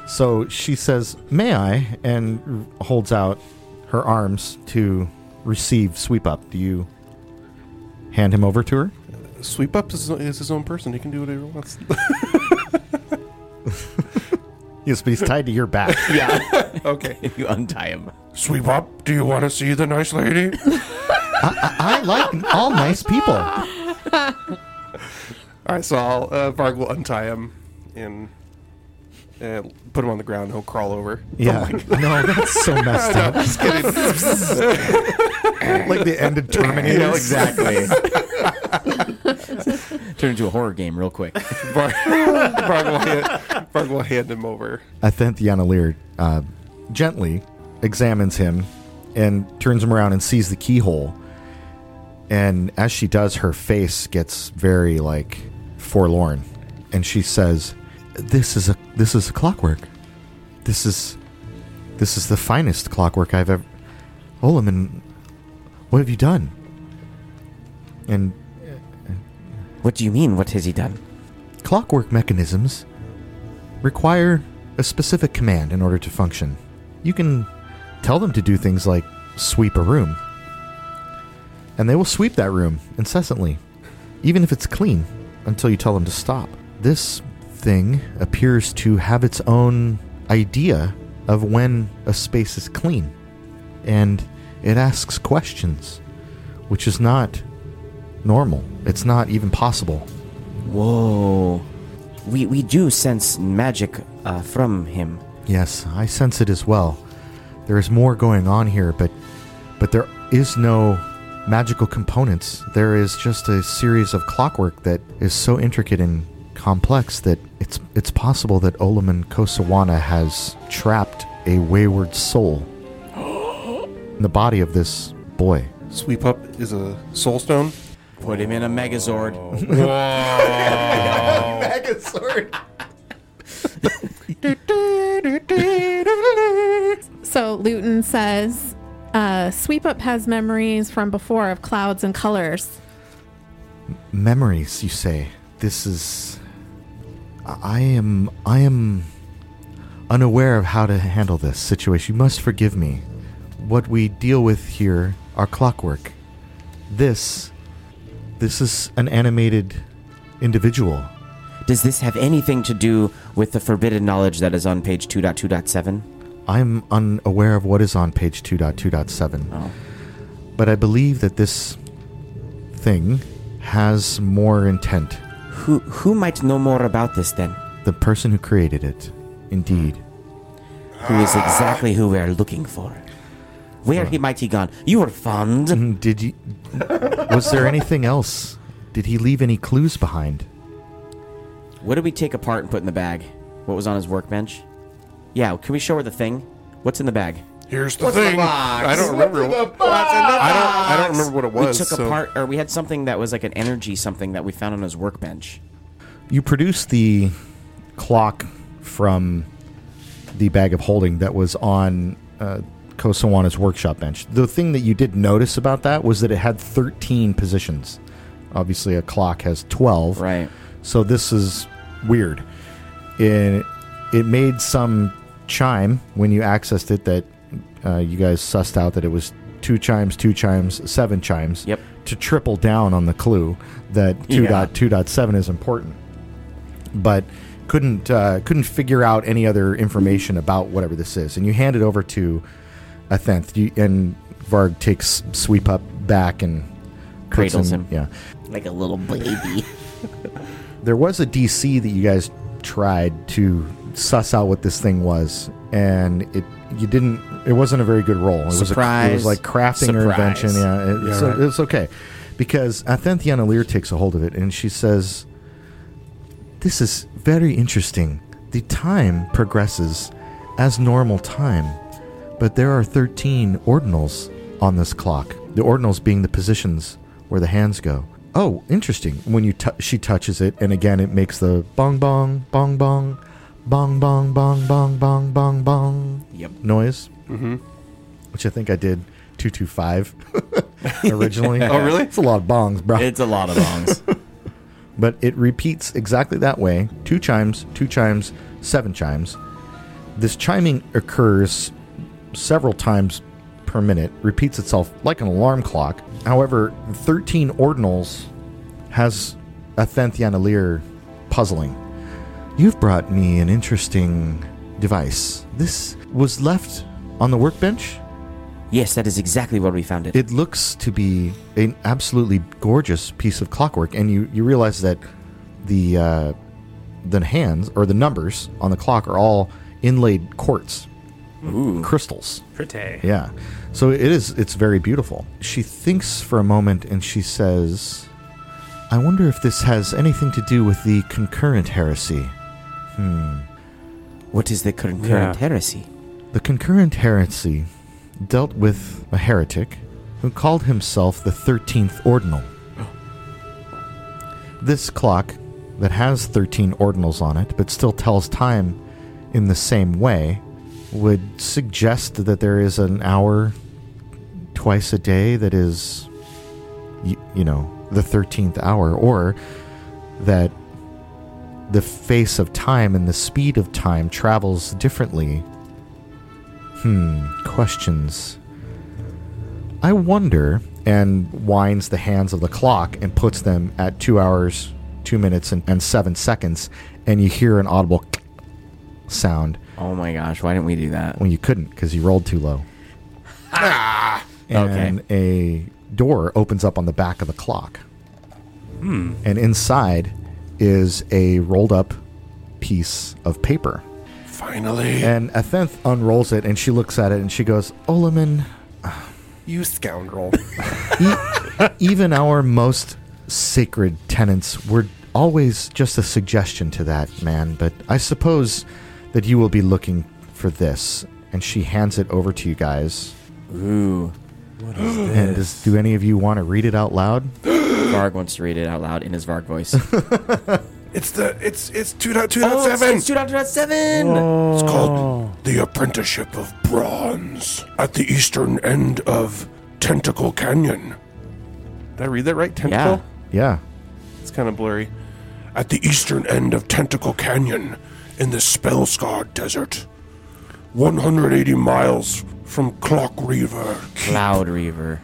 [SPEAKER 2] So she says, "May I?" and r- holds out her arms to receive sweep up. Do you hand him over to her?
[SPEAKER 7] Sweep up is, is his own person. He can do whatever he wants.
[SPEAKER 2] Yes, but he's tied to your back.
[SPEAKER 5] Yeah.
[SPEAKER 6] Okay.
[SPEAKER 5] you untie him.
[SPEAKER 7] Sweep up. Do you want to see the nice lady?
[SPEAKER 2] I like all nice people.
[SPEAKER 6] All right, so I'll, uh, Varg will untie him and uh, put him on the ground. He'll crawl over. Oh
[SPEAKER 2] Yeah. no, that's so messed up.
[SPEAKER 6] Just kidding.
[SPEAKER 2] like the end of Terminator.
[SPEAKER 5] Yeah, exactly. Turn into a horror game real quick.
[SPEAKER 6] Varg, Varg, will hand, Varg will hand him over.
[SPEAKER 2] Athenthianalir uh, gently examines him and turns him around and sees the keyhole. And as she does, her face gets very like forlorn, and she says, "This is a this is a clockwork. This is this is the finest clockwork I've ever." Olaman, what have you done? And
[SPEAKER 5] What do you mean? What has he done?
[SPEAKER 2] Clockwork mechanisms require a specific command in order to function. You can tell them to do things like sweep a room, and they will sweep that room incessantly, even if it's clean, until you tell them to stop. This thing appears to have its own idea of when a space is clean, and it asks questions, which is not normal. It's not even possible.
[SPEAKER 5] Whoa. We, we do sense magic uh, from him.
[SPEAKER 2] Yes, I sense it as well. There is more going on here, but but there is no magical components. There is just a series of clockwork that is so intricate and complex that it's it's possible that Olaman Kosawana has trapped a wayward soul in the body of this boy.
[SPEAKER 6] Sweep up is a soul stone.
[SPEAKER 5] Put him in a
[SPEAKER 2] Oh.
[SPEAKER 5] megazord.
[SPEAKER 4] So Luton says, uh, "Sweep up has memories from before of clouds and colors.
[SPEAKER 2] memories you say this is i I am i am unaware of how to handle this situation you must forgive me what we deal with here are clockwork this this is an animated individual
[SPEAKER 5] Does this have anything to do with the forbidden knowledge that is on page 2.2.7?
[SPEAKER 2] i'm unaware of what is on page 2.2.7
[SPEAKER 5] Oh.
[SPEAKER 2] but i believe that this thing has more intent
[SPEAKER 5] Who, who might know more about this then?
[SPEAKER 2] the person who created it indeed
[SPEAKER 5] Who is exactly who we are looking for? Where he might he gone? You were fond.
[SPEAKER 2] Mm, Did you? Was there anything else? Did he leave any clues behind?
[SPEAKER 5] What did we take apart and put in the bag? What was on his workbench? Yeah, can we show her the thing? What's in the bag?
[SPEAKER 7] Here's the thing.
[SPEAKER 6] I don't remember. what- I don't. I don't remember what it was.
[SPEAKER 5] we took
[SPEAKER 6] so-
[SPEAKER 5] apart, or we had something that was like an energy something that we found on his workbench.
[SPEAKER 2] You produced the clock from the bag of holding that was on uh, Kosawana's workshop bench. The thing that you did notice about that was that it had 13 positions. Obviously, a clock has 12.
[SPEAKER 5] Right.
[SPEAKER 2] So this is weird. It, it made some chime when you accessed it that uh, you guys sussed out that it was two chimes, two chimes, seven chimes.
[SPEAKER 5] Yep.
[SPEAKER 2] To triple down on the clue that
[SPEAKER 5] Yeah.
[SPEAKER 2] 2.2.7 is important, but couldn't uh, couldn't figure out any other information about whatever this is. And you hand it over to Athenth, you, and Varg takes sweep up back and puts
[SPEAKER 5] Cradles him.
[SPEAKER 2] Yeah
[SPEAKER 5] Like a little baby.
[SPEAKER 2] there was a DC that you guys tried to suss out what this thing was, and it you didn't. It wasn't a very good roll. It Was a,
[SPEAKER 5] Surprise.
[SPEAKER 2] it was like crafting or
[SPEAKER 5] Surprise.
[SPEAKER 2] invention. Yeah, it- it's,
[SPEAKER 7] right.
[SPEAKER 2] it's okay because Athenthiana Lear takes a hold of it and she says, "This is very interesting. The time progresses as normal time, but there are thirteen ordinals on this clock. The ordinals being the positions where the hands go." Oh, interesting. When you t- she touches it, and again it makes the bong bong bong bong, bong bong bong bong bong bong bong
[SPEAKER 5] yep.
[SPEAKER 2] noise, mm-hmm. which I think I did two two five originally.
[SPEAKER 6] Oh, really?
[SPEAKER 2] It's a lot of bongs, bro.
[SPEAKER 5] It's a lot of bongs.
[SPEAKER 2] but it repeats exactly that way: two chimes, two chimes, seven chimes. This chiming occurs several times per minute, repeats itself like an alarm clock. However, thirteen ordinals has Athenthianalir puzzling. You've brought me an interesting device. This was left on the workbench.
[SPEAKER 5] Yes, that is exactly where we found it.
[SPEAKER 2] It looks to be an absolutely gorgeous piece of clockwork, and you, you realize that the uh, the hands or the numbers on the clock are all inlaid quartz crystals.
[SPEAKER 3] Pretty.
[SPEAKER 2] Yeah. So it is it's very beautiful. She thinks for a moment and she says, "I wonder if this has anything to do with the concurrent heresy." Hmm.
[SPEAKER 5] What is the current,
[SPEAKER 3] Yeah.
[SPEAKER 5] current heresy?
[SPEAKER 2] The concurrent heresy dealt with a heretic who called himself the 13th Ordinal. This clock that has 13 ordinals on it but still tells time in the same way would suggest that there is an hour twice a day that is y- you know the 13th hour or that the face of time and the speed of time travels differently Hmm, questions. I wonder, and winds the hands of the clock and puts them at two hours, two minutes, and, and seven seconds, and you hear an audible sound
[SPEAKER 5] Oh my gosh, why didn't we do that?
[SPEAKER 2] when you couldn't because you rolled too low.
[SPEAKER 5] Ah!
[SPEAKER 2] And a door opens up on the back of the clock.
[SPEAKER 6] Hmm.
[SPEAKER 2] And inside is a rolled up piece of paper.
[SPEAKER 7] Finally.
[SPEAKER 2] And Athenth unrolls it and she looks at it and she goes, Olaman,
[SPEAKER 6] You scoundrel.
[SPEAKER 2] e-" even our most sacred tenets were always just a suggestion to that man, but I suppose that you will be looking for this. And she hands it over to you guys.
[SPEAKER 5] Ooh.
[SPEAKER 2] And does, do any of you want to read it out loud?
[SPEAKER 5] Varg wants to read it out loud in his Varg voice.
[SPEAKER 7] It's the it's it's two
[SPEAKER 5] Oh, it's- it's 2007!
[SPEAKER 7] It's
[SPEAKER 2] Oh.
[SPEAKER 7] called The Apprenticeship of Bronze at the eastern end of Tentacle Canyon.
[SPEAKER 6] Did I read that right?
[SPEAKER 5] Yeah.
[SPEAKER 6] Tentacle?
[SPEAKER 2] Yeah.
[SPEAKER 6] It's kind of blurry.
[SPEAKER 7] At the eastern end of Tentacle Canyon in the Spellscar Desert. 180 miles from Clock Reaver.
[SPEAKER 5] Cloud Reaver.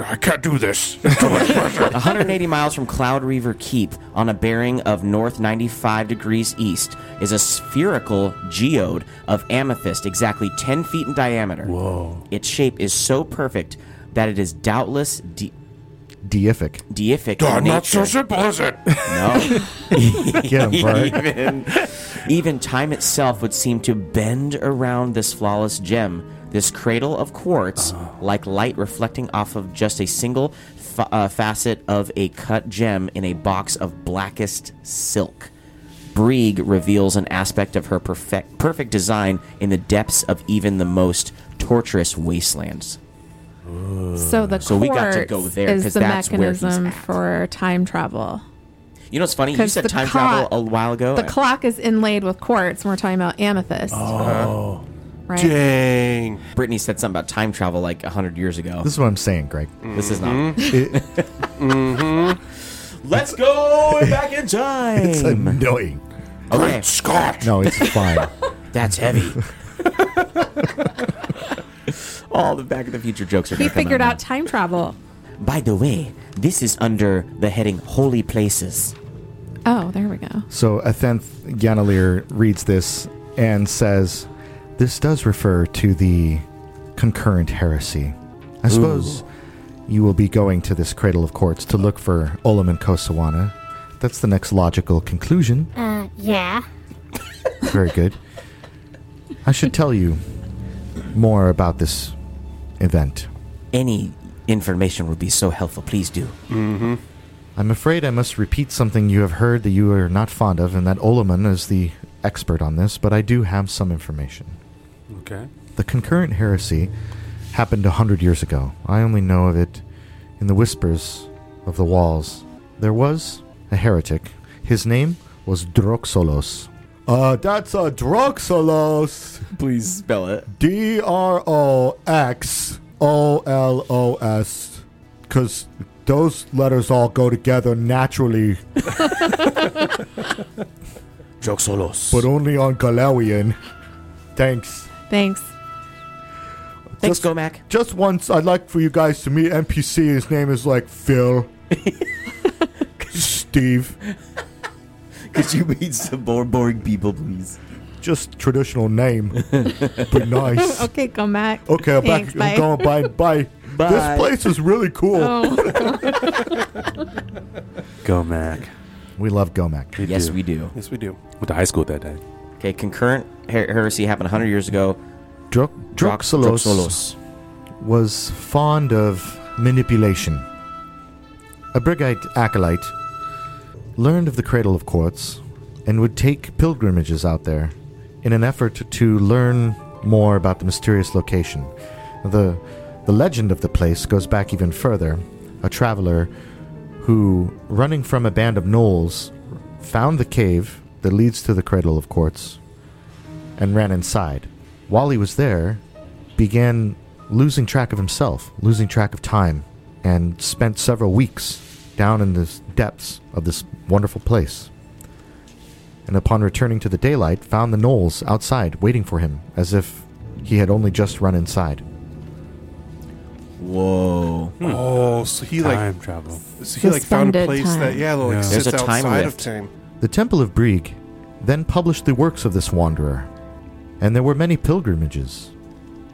[SPEAKER 7] I can't do this. It's too much pressure.
[SPEAKER 5] 180 miles from Cloud Reaver Keep, on a bearing of north 95 degrees east, is a spherical geode of amethyst exactly 10 feet in diameter. Whoa. Its shape is so perfect that it is doubtless de-
[SPEAKER 2] Deific.
[SPEAKER 5] deific
[SPEAKER 7] Duh,
[SPEAKER 5] in
[SPEAKER 7] not so
[SPEAKER 5] nature.
[SPEAKER 7] simple, is it?
[SPEAKER 5] no.
[SPEAKER 2] Get him, Bart.
[SPEAKER 5] even, even time itself would seem to bend around this flawless gem, this cradle of quartz,
[SPEAKER 2] Uh-huh.
[SPEAKER 5] like light reflecting off of just a single fa- uh, facet of a cut gem in a box of blackest silk. Brieg reveals an aspect of her perfect, perfect design in the depths of even the most torturous wastelands.
[SPEAKER 4] So the
[SPEAKER 5] So we got to
[SPEAKER 4] quartz
[SPEAKER 5] go there,
[SPEAKER 4] is
[SPEAKER 5] 'cause
[SPEAKER 4] the
[SPEAKER 5] that's where he's
[SPEAKER 4] mechanism
[SPEAKER 5] at.
[SPEAKER 4] for time travel.
[SPEAKER 5] You know what's funny? You
[SPEAKER 4] 'Cause
[SPEAKER 5] said
[SPEAKER 4] the
[SPEAKER 5] time
[SPEAKER 4] clock-
[SPEAKER 5] travel a while ago.
[SPEAKER 4] The clock is inlaid with quartz. and We're talking about amethyst. Oh, right.
[SPEAKER 6] Dang.
[SPEAKER 5] Brittany said something about time travel like 100 years ago. Mm-hmm.
[SPEAKER 2] This is what I'm saying, Greg.
[SPEAKER 5] This is not.
[SPEAKER 2] It-
[SPEAKER 6] Mm-hmm.
[SPEAKER 5] Let's go back in time.
[SPEAKER 2] it's annoying.
[SPEAKER 5] okay,
[SPEAKER 7] Great Scott.
[SPEAKER 2] No, it's fine.
[SPEAKER 5] that's heavy. All the Back of the Future jokes are.
[SPEAKER 4] He
[SPEAKER 5] gonna come
[SPEAKER 4] figured
[SPEAKER 5] now.
[SPEAKER 4] out time travel.
[SPEAKER 5] By the way, this is under the heading "Holy Places."
[SPEAKER 4] Oh, there we go.
[SPEAKER 2] So Athenth Ganalier reads this and says, This does refer to the concurrent heresy. I suppose you will be going to this Cradle of Courts to look for Olam and Kosawana. That's the next logical conclusion.
[SPEAKER 8] Uh, yeah.
[SPEAKER 2] Very good. I should tell you more about this event.
[SPEAKER 5] Any information would be so helpful. Please do.
[SPEAKER 2] I'm afraid I must repeat something you have heard that you are not fond of, and that Olaman is the expert on this, but I do have some information.
[SPEAKER 3] Okay.
[SPEAKER 2] The concurrent heresy happened a hundred years ago. I only know of it in the whispers of the walls. There was a heretic. His name was Droxolos. Uh, that's a Droxolos.
[SPEAKER 5] Please spell it.
[SPEAKER 2] D R O X O L O S. Because those letters all go together naturally,
[SPEAKER 5] Droxolos.
[SPEAKER 2] but only on Galawian. Thanks.
[SPEAKER 4] Thanks.
[SPEAKER 5] Thanks,
[SPEAKER 2] just-
[SPEAKER 5] Gomac.
[SPEAKER 2] just once i'd like for you guys to meet npc his name is like phil steve
[SPEAKER 5] Could you meet some more boring people, please?
[SPEAKER 2] just traditional name, but nice.
[SPEAKER 4] Okay, come back.
[SPEAKER 2] Okay, I'm
[SPEAKER 4] Thanks,
[SPEAKER 2] back.
[SPEAKER 4] bye.
[SPEAKER 2] I'm going. Bye, bye.
[SPEAKER 5] Bye.
[SPEAKER 2] This place is really cool.
[SPEAKER 4] Oh,
[SPEAKER 3] Go, Mac.
[SPEAKER 2] We love Gomac.
[SPEAKER 5] yes, we do.
[SPEAKER 6] Yes, we do.
[SPEAKER 3] Went to high school that day.
[SPEAKER 5] Okay, concurrent her- heresy happened 100 years ago.
[SPEAKER 2] Dro-
[SPEAKER 5] Drox-
[SPEAKER 2] Droxelos,
[SPEAKER 5] Droxolos.
[SPEAKER 2] was fond of manipulation. A Brigite acolyte learned of the Cradle of Quartz and would take pilgrimages out there in an effort to learn more about the mysterious location. The, the legend of the place goes back even further. A traveler who, running from a band of gnolls, found the cave that leads to the Cradle of Quartz and ran inside. While he was there, began losing track of himself, losing track of time, and spent several weeks down in the depths of this wonderful place. And upon returning to the daylight, found the Knolls outside waiting for him, as if he had only just run inside.
[SPEAKER 5] Whoa.
[SPEAKER 6] Oh, so he like
[SPEAKER 3] Hmm. Time travel.
[SPEAKER 6] so he like found a
[SPEAKER 4] Suspended
[SPEAKER 6] place that
[SPEAKER 4] time.
[SPEAKER 6] yeah, like
[SPEAKER 3] Yeah.
[SPEAKER 5] There's
[SPEAKER 6] sits
[SPEAKER 5] a time
[SPEAKER 6] outside
[SPEAKER 5] rift.
[SPEAKER 6] of time.
[SPEAKER 2] The Temple of Brieg then published the works of this wanderer, and there were many pilgrimages,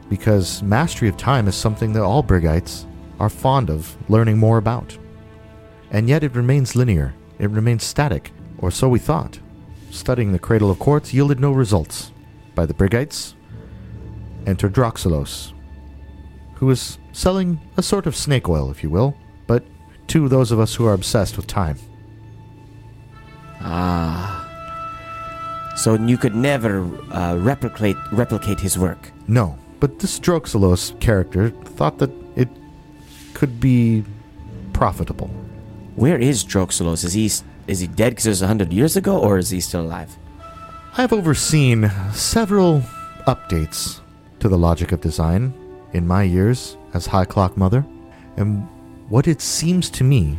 [SPEAKER 2] because mastery of time is something that all Brigites are fond of learning more about. And yet it remains linear, it remains static, or so we thought. Studying the Cradle of Quartz yielded no results by the Brigites. Enter Droxelos, who is selling a sort of snake oil, if you will, but to those of us who are obsessed with time.
[SPEAKER 5] Ah. So you could never uh, replicate replicate his work.
[SPEAKER 2] No, but this Droxelos character thought that it could be profitable.
[SPEAKER 5] Where is Droxelos? Is he s- is he dead because it was 100 years ago, or is he still alive?
[SPEAKER 2] I've overseen several updates to the logic of design in my years as High Clock Mother, and what it seems to me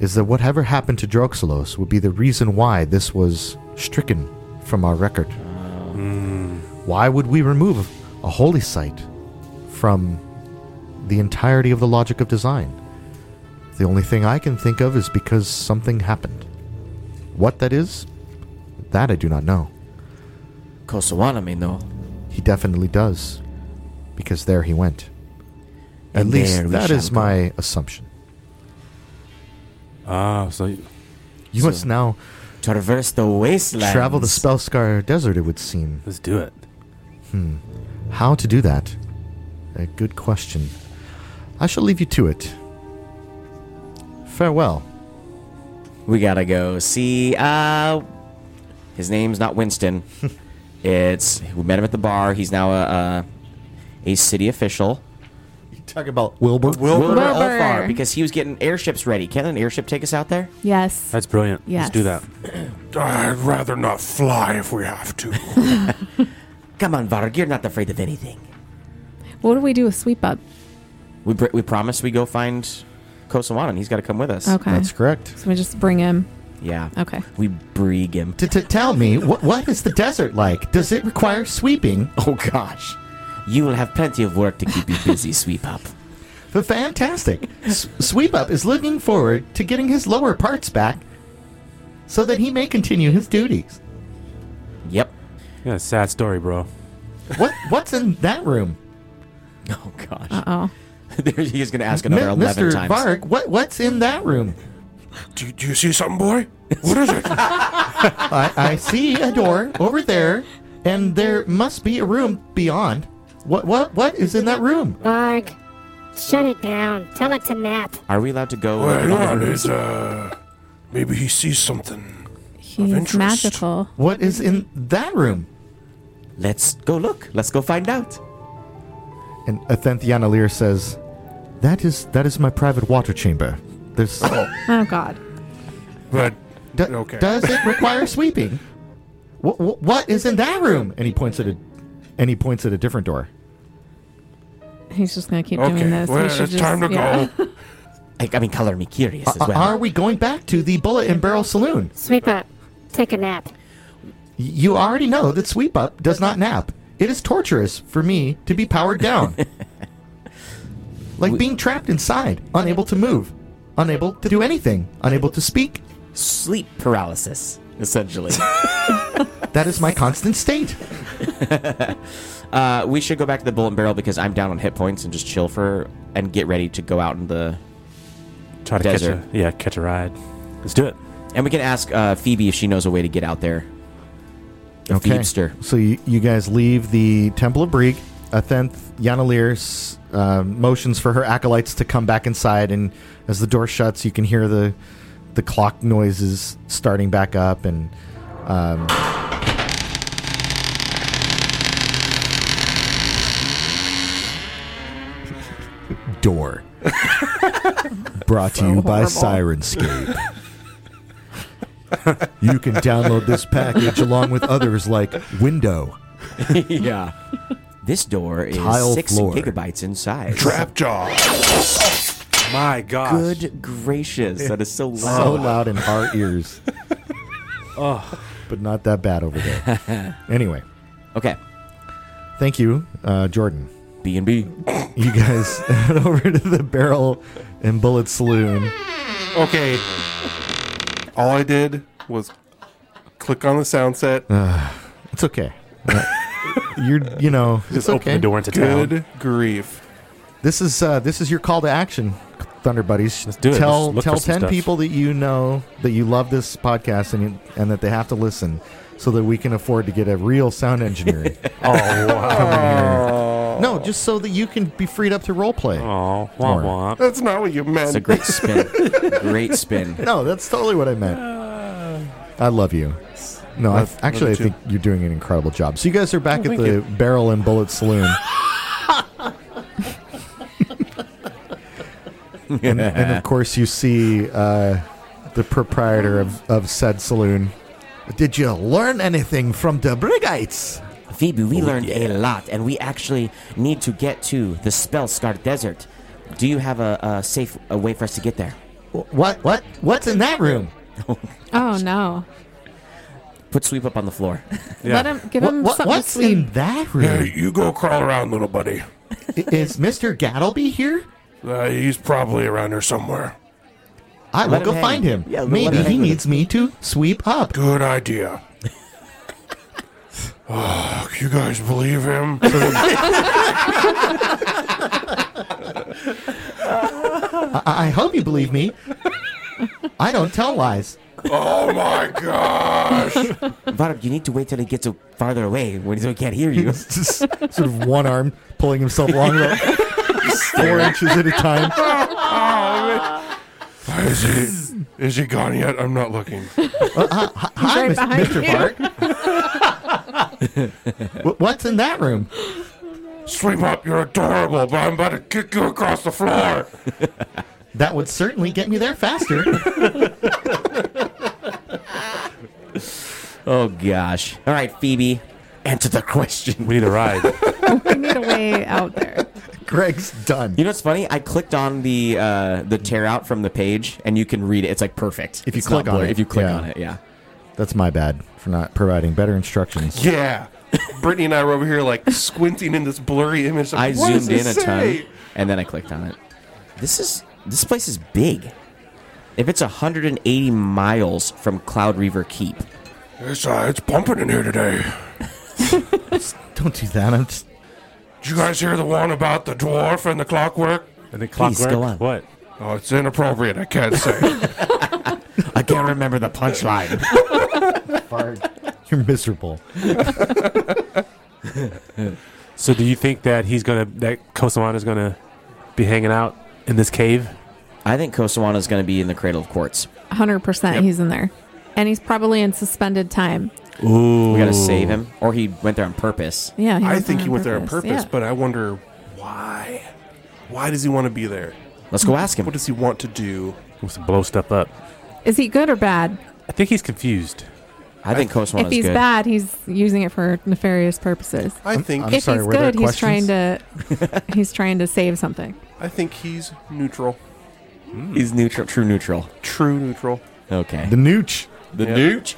[SPEAKER 2] is that whatever happened to Droxelos would be the reason why this was stricken from our record. Why would we remove a holy site from the entirety of the logic of design? The only thing I can think of is because something happened. What that is, that I do not know.
[SPEAKER 5] Kosawana may know.
[SPEAKER 2] He definitely does, because there he went. At
[SPEAKER 5] And there
[SPEAKER 2] least
[SPEAKER 5] we
[SPEAKER 2] that
[SPEAKER 5] shall
[SPEAKER 2] is
[SPEAKER 5] go.
[SPEAKER 2] my assumption.
[SPEAKER 3] Ah, so you-
[SPEAKER 2] You
[SPEAKER 5] So-
[SPEAKER 2] must now
[SPEAKER 5] traverse the wasteland.
[SPEAKER 2] travel the Spellscar Desert, it would seem. Hmm.
[SPEAKER 3] let's do it.
[SPEAKER 2] How to do that? A good question. I shall leave you to it. Farewell.
[SPEAKER 5] We gotta go see. Uh, his name's not Winston. it's we met him at the bar. He's now a a, a city official.
[SPEAKER 2] You talk about Wilbur?
[SPEAKER 5] Wilbur,
[SPEAKER 4] Wilbur.
[SPEAKER 5] Ulfar, because he was getting airships ready. Can an airship take us out there?
[SPEAKER 4] yes.
[SPEAKER 3] That's brilliant.
[SPEAKER 4] Yes.
[SPEAKER 3] Let's do that.
[SPEAKER 7] I'd rather not fly if we have to.
[SPEAKER 5] Come on, Varg, you're not afraid of anything.
[SPEAKER 4] What do we do with sweep up?
[SPEAKER 5] We br- we promise we go find Kosawana, and he's got to come with us.
[SPEAKER 4] Okay.
[SPEAKER 2] That's correct.
[SPEAKER 4] so we just bring him.
[SPEAKER 5] Yeah.
[SPEAKER 4] Okay.
[SPEAKER 5] We brig him.
[SPEAKER 2] To, to tell me, what, what is the desert like? Does it require sweeping?
[SPEAKER 5] Oh gosh, you will have plenty of work to keep you busy, sweep up.
[SPEAKER 2] F- Fantastic. S- Sweep Up is looking forward to getting his lower parts back so that he may continue his duties.
[SPEAKER 5] Yep.
[SPEAKER 3] Yeah, sad story, bro.
[SPEAKER 2] What What's in that room?
[SPEAKER 5] Oh gosh.
[SPEAKER 4] Uh oh.
[SPEAKER 5] There- he's gonna ask another
[SPEAKER 2] Mi-
[SPEAKER 5] eleven
[SPEAKER 2] Mr.
[SPEAKER 5] times.
[SPEAKER 2] Varg, what, what's in that room?
[SPEAKER 7] do, do you see something, boy? What is it?
[SPEAKER 2] I, I see a door over there, and there must be a room beyond. What what what is in that room?
[SPEAKER 8] Varg, shut it down. Tell it to nap.
[SPEAKER 5] Are we allowed to go?
[SPEAKER 7] Well, that is, uh, maybe he sees something.
[SPEAKER 4] He's
[SPEAKER 7] interest.
[SPEAKER 4] magical.
[SPEAKER 2] What is in that room?
[SPEAKER 5] Let's go look. Let's go find out.
[SPEAKER 2] And Athenthiana Lear says, "That is that is my private water chamber. There's
[SPEAKER 4] Oh God.
[SPEAKER 7] But
[SPEAKER 2] Do-
[SPEAKER 7] Okay.
[SPEAKER 2] Does it require sweeping? What, what is in that room? And he points at a, and he points at a different door.
[SPEAKER 4] He's just gonna keep doing
[SPEAKER 7] okay,
[SPEAKER 4] this.
[SPEAKER 7] well,
[SPEAKER 4] we
[SPEAKER 7] it's
[SPEAKER 4] should just,
[SPEAKER 7] time to
[SPEAKER 4] yeah.
[SPEAKER 7] go.
[SPEAKER 5] I, I mean, color me curious as
[SPEAKER 2] A-
[SPEAKER 5] well.
[SPEAKER 2] Are we going back to the Bullet and Barrel Saloon?
[SPEAKER 8] Sweep up. Take a nap.
[SPEAKER 2] Y- You already know that Sweep Up does not nap. It is torturous for me to be powered down, like being trapped inside, unable to move, unable to do anything, unable to speak.
[SPEAKER 5] Sleep paralysis, essentially.
[SPEAKER 2] That is my constant state.
[SPEAKER 5] Uh, we should go back to the bullet and barrel because I'm down on hit points and just chill for and get ready to go out in the.
[SPEAKER 3] Try to
[SPEAKER 5] Desert.
[SPEAKER 3] catch a yeah, catch a ride. Let's do it.
[SPEAKER 5] And we can ask uh, Phoebe if she knows a way to get out there. The Phoebster.
[SPEAKER 2] So you, you guys leave the Temple of Brieg. Athenth Yanalir s- uh, motions for her acolytes to come back inside, and as the door shuts, you can hear the the clock noises starting back up, and um, door brought to you by Sirenscape. You can download this package along with others like Window.
[SPEAKER 5] yeah. This door is
[SPEAKER 2] Tile
[SPEAKER 5] six
[SPEAKER 2] floor.
[SPEAKER 5] gigabytes in size.
[SPEAKER 7] Trap jaw.
[SPEAKER 3] My gosh.
[SPEAKER 5] Good gracious, that is so loud.
[SPEAKER 2] So loud in our ears. oh. But not that bad over there. Anyway,
[SPEAKER 5] Okay,
[SPEAKER 2] thank you, uh, Jordan.
[SPEAKER 5] B and B.
[SPEAKER 2] You guys head over to the Barrel and Bullet Saloon.
[SPEAKER 6] Okay. All I did was click on the sound set.
[SPEAKER 5] Uh.
[SPEAKER 2] Uh, It's okay. Uh, You're, you know, it's
[SPEAKER 3] Just open
[SPEAKER 2] okay.
[SPEAKER 3] the door into
[SPEAKER 6] Good
[SPEAKER 3] town.
[SPEAKER 6] grief.
[SPEAKER 2] This is uh, this is your call to action, Thunder Buddies.
[SPEAKER 3] Let's do it.
[SPEAKER 2] Tell
[SPEAKER 3] Let's look
[SPEAKER 2] tell
[SPEAKER 3] for some
[SPEAKER 2] ten
[SPEAKER 3] stuff.
[SPEAKER 2] people that you know that you love this podcast and you, and that they have to listen, so that we can afford to get a real sound engineer.
[SPEAKER 3] Oh wow.
[SPEAKER 2] no, just so that you can be freed up to role play.
[SPEAKER 3] oh, womp womp.
[SPEAKER 6] That's not what you
[SPEAKER 5] It's
[SPEAKER 6] meant.
[SPEAKER 5] a great spin. great spin.
[SPEAKER 2] No, that's totally what I meant. I love you. No, I,
[SPEAKER 6] Love-
[SPEAKER 2] actually, I
[SPEAKER 6] love you
[SPEAKER 2] think you're doing an incredible job. So you guys are back at the Barrel and Bullet Saloon. and, and of course, you see uh, the proprietor of, of said saloon. Did you learn anything from the Oh, Brigites?
[SPEAKER 5] Phoebe, we learned a lot, and we actually need to get to the Spell Scarred Desert. Do you have a, a safe a way for us to get there?
[SPEAKER 2] What? What? What's in that room?
[SPEAKER 4] Oh no!
[SPEAKER 5] Put sweep up on the floor.
[SPEAKER 4] Let him give
[SPEAKER 2] What,
[SPEAKER 4] him
[SPEAKER 2] what-
[SPEAKER 4] something to
[SPEAKER 2] what's
[SPEAKER 4] sleep.
[SPEAKER 2] in that room?
[SPEAKER 7] Hey, you go crawl around, little buddy.
[SPEAKER 2] I- Is Mister Gattleby here?
[SPEAKER 7] Uh, he's probably around here somewhere.
[SPEAKER 2] I will
[SPEAKER 5] Let him
[SPEAKER 2] go
[SPEAKER 5] hang.
[SPEAKER 2] find him.
[SPEAKER 5] Yeah, let
[SPEAKER 2] Maybe
[SPEAKER 5] him
[SPEAKER 2] he
[SPEAKER 5] hang.
[SPEAKER 2] needs me to sweep up.
[SPEAKER 7] Good idea. oh, you guys believe him?
[SPEAKER 2] I, I hope you believe me. I don't tell lies.
[SPEAKER 7] oh my gosh!
[SPEAKER 5] Varb, you need to wait till he gets a- farther away when he can't hear you.
[SPEAKER 2] Just sort of one arm pulling himself along, about four inches at a time.
[SPEAKER 7] Oh, Is he, is he gone yet? I'm not looking.
[SPEAKER 2] Uh, Hi,
[SPEAKER 4] right
[SPEAKER 2] Mis-
[SPEAKER 4] behind
[SPEAKER 2] Mr.
[SPEAKER 4] you.
[SPEAKER 2] Bart. Wh- What's in that room?
[SPEAKER 7] Sweep up, you're adorable, but I'm about to kick you across the floor.
[SPEAKER 2] That would certainly get me there faster.
[SPEAKER 5] oh gosh! All right, Phoebe, answer the question.
[SPEAKER 3] We need a ride.
[SPEAKER 4] We need a way out there.
[SPEAKER 2] Greg's done.
[SPEAKER 5] You know what's funny? I clicked on the uh, the tear out from the page, and you can read it. It's like perfect.
[SPEAKER 2] If you
[SPEAKER 5] It's not
[SPEAKER 2] click on
[SPEAKER 5] blurry.
[SPEAKER 2] it,
[SPEAKER 5] if you click
[SPEAKER 2] yeah.
[SPEAKER 5] on it, yeah.
[SPEAKER 2] That's my bad for not providing better instructions.
[SPEAKER 6] Yeah. Brittany and I were over here like squinting in this blurry image.
[SPEAKER 5] I
[SPEAKER 6] Like, what does
[SPEAKER 5] zoomed in
[SPEAKER 6] it
[SPEAKER 5] a
[SPEAKER 6] say?
[SPEAKER 5] ton, and then I clicked on it. This is this place is big. If it's 180 miles from Cloud Reaver Keep,
[SPEAKER 7] It's, uh, it's pumping in here today.
[SPEAKER 2] Don't do that. I'm just,
[SPEAKER 7] Did you guys hear the one about the dwarf and the clockwork?
[SPEAKER 3] And then clockwork.
[SPEAKER 5] Please, go on.
[SPEAKER 3] What?
[SPEAKER 7] Oh, it's inappropriate. I can't say.
[SPEAKER 5] I can't remember the punchline.
[SPEAKER 2] you're miserable.
[SPEAKER 3] So do you think that he's gonna that Kosamana's gonna be hanging out in this cave?
[SPEAKER 5] I think Kosawana is going to be in the Cradle of Quartz.
[SPEAKER 4] Hundred percent, he's in there, and he's probably in suspended time.
[SPEAKER 3] Ooh.
[SPEAKER 5] We got to save him, or he went there on purpose.
[SPEAKER 4] Yeah,
[SPEAKER 6] I
[SPEAKER 4] was
[SPEAKER 6] think he
[SPEAKER 4] on
[SPEAKER 6] went there on purpose,
[SPEAKER 4] yeah.
[SPEAKER 6] but I wonder why. Why does he want to be there?
[SPEAKER 5] Let's go ask him.
[SPEAKER 6] What does he want to do?
[SPEAKER 3] Wants to blow stuff up.
[SPEAKER 4] is he good or bad?
[SPEAKER 3] I think he's confused.
[SPEAKER 5] I think Kosawana
[SPEAKER 4] if he's
[SPEAKER 5] is good.
[SPEAKER 4] bad, he's using it for nefarious purposes.
[SPEAKER 6] I think
[SPEAKER 2] I'm
[SPEAKER 4] if
[SPEAKER 2] sorry,
[SPEAKER 4] he's
[SPEAKER 2] were there
[SPEAKER 4] good, he's trying
[SPEAKER 2] questions?
[SPEAKER 4] to he's trying to save something.
[SPEAKER 6] I think he's neutral.
[SPEAKER 5] He's neutral, true neutral.
[SPEAKER 6] True neutral.
[SPEAKER 5] Okay.
[SPEAKER 2] The nooch.
[SPEAKER 5] The
[SPEAKER 6] Yeah.
[SPEAKER 5] nooch.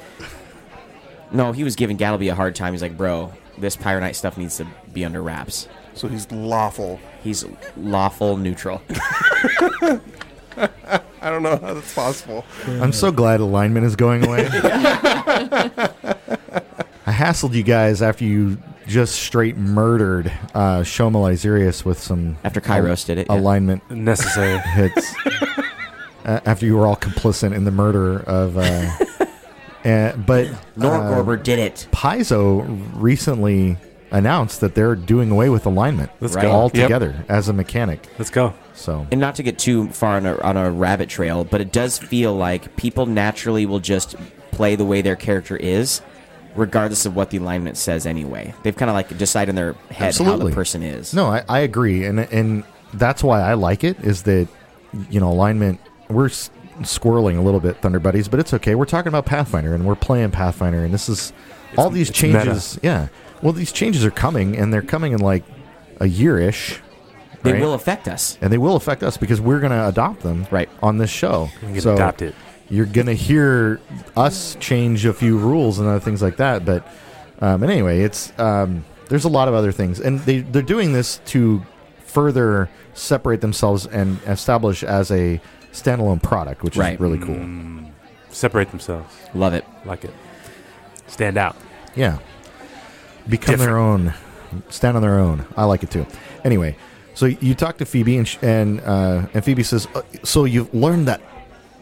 [SPEAKER 5] No, he was giving Gattleby a hard time. He's like, bro, this Pyronite stuff needs to be under wraps.
[SPEAKER 6] So he's lawful.
[SPEAKER 5] He's lawful neutral.
[SPEAKER 6] I don't know how that's possible.
[SPEAKER 2] I'm so glad alignment is going away. I hassled you guys after you just straight murdered uh, Shoma Lyserius with some
[SPEAKER 5] After Kairos did it, yeah.
[SPEAKER 2] alignment
[SPEAKER 3] Necessary.
[SPEAKER 2] hits. uh, after you were all complicit in the murder of, uh, uh, but uh,
[SPEAKER 5] Norgorber did it.
[SPEAKER 2] Paizo recently announced that they're doing away with alignment
[SPEAKER 3] Let's
[SPEAKER 5] go.
[SPEAKER 2] all
[SPEAKER 6] Yep.
[SPEAKER 2] together as a mechanic.
[SPEAKER 3] Let's go.
[SPEAKER 2] So
[SPEAKER 5] And not to get too far on a, on a rabbit trail, but it does feel like people naturally will just play the way their character is, regardless of what the alignment says anyway. They've kind of like decided in their head how
[SPEAKER 2] Absolutely.
[SPEAKER 5] the person is.
[SPEAKER 2] No, I, I agree, and and that's why I like it is that you know alignment. We're s- squirreling a little bit, Thunder Buddies, but it's okay. We're talking about Pathfinder, and we're playing Pathfinder, and this is all these
[SPEAKER 3] it's meta.
[SPEAKER 2] changes. Yeah, well, these changes are coming, and they're coming in like a year ish,
[SPEAKER 5] They
[SPEAKER 2] right?
[SPEAKER 5] will affect us.
[SPEAKER 2] and they will affect us because we're going to adopt them
[SPEAKER 5] Right.
[SPEAKER 2] on this show.
[SPEAKER 3] get
[SPEAKER 2] so
[SPEAKER 3] adopted.
[SPEAKER 2] You're going to hear us change a few rules and other things like that. But um, and anyway, it's um, there's a lot of other things, and they they're doing this to further separate themselves and establish as a standalone product, which
[SPEAKER 5] Right.
[SPEAKER 2] is really cool.
[SPEAKER 3] Mm. Separate themselves.
[SPEAKER 5] Love it.
[SPEAKER 3] Like it. Stand out.
[SPEAKER 2] Yeah. Become their own. Stand on their own. I like it too. Anyway, so you talk to Phoebe, and sh- and, uh, and Phoebe says, uh, So you've learned that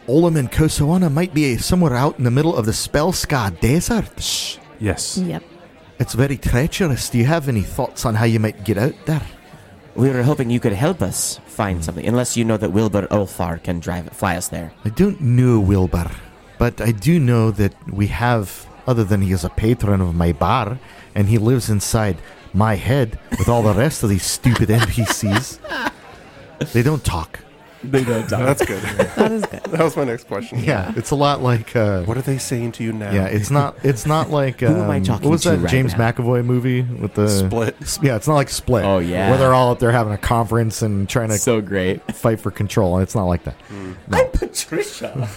[SPEAKER 2] Olam and Kosoana might be somewhere out in the middle of the Spelska Desert. Shh.
[SPEAKER 3] Yes.
[SPEAKER 4] Yep.
[SPEAKER 2] It's very treacherous. Do you have any thoughts on how you might get out there?
[SPEAKER 5] We were hoping you could help us find something, unless you know that Wilbur Olfar can drive fly us there.
[SPEAKER 2] I don't know Wilbur, but I do know that we have, other than he is a patron of my bar, and he lives inside my head with all the rest of these stupid NPCs. They don't talk.
[SPEAKER 6] That's good.
[SPEAKER 4] That is good.
[SPEAKER 6] that was my next question.
[SPEAKER 2] Yeah, it's a lot like. Uh,
[SPEAKER 6] What are they saying to you now?
[SPEAKER 2] yeah, it's not. It's not like. Um,
[SPEAKER 5] Who am I talking
[SPEAKER 2] what was
[SPEAKER 5] to
[SPEAKER 2] that
[SPEAKER 5] right
[SPEAKER 2] James
[SPEAKER 5] now?
[SPEAKER 2] McAvoy movie with the
[SPEAKER 6] Split.
[SPEAKER 2] Yeah, it's not like Split.
[SPEAKER 5] Oh, yeah.
[SPEAKER 2] where they're all up there having a conference and trying to
[SPEAKER 5] great. Hmm.
[SPEAKER 2] fight for control. It's not like that.
[SPEAKER 5] Patricia.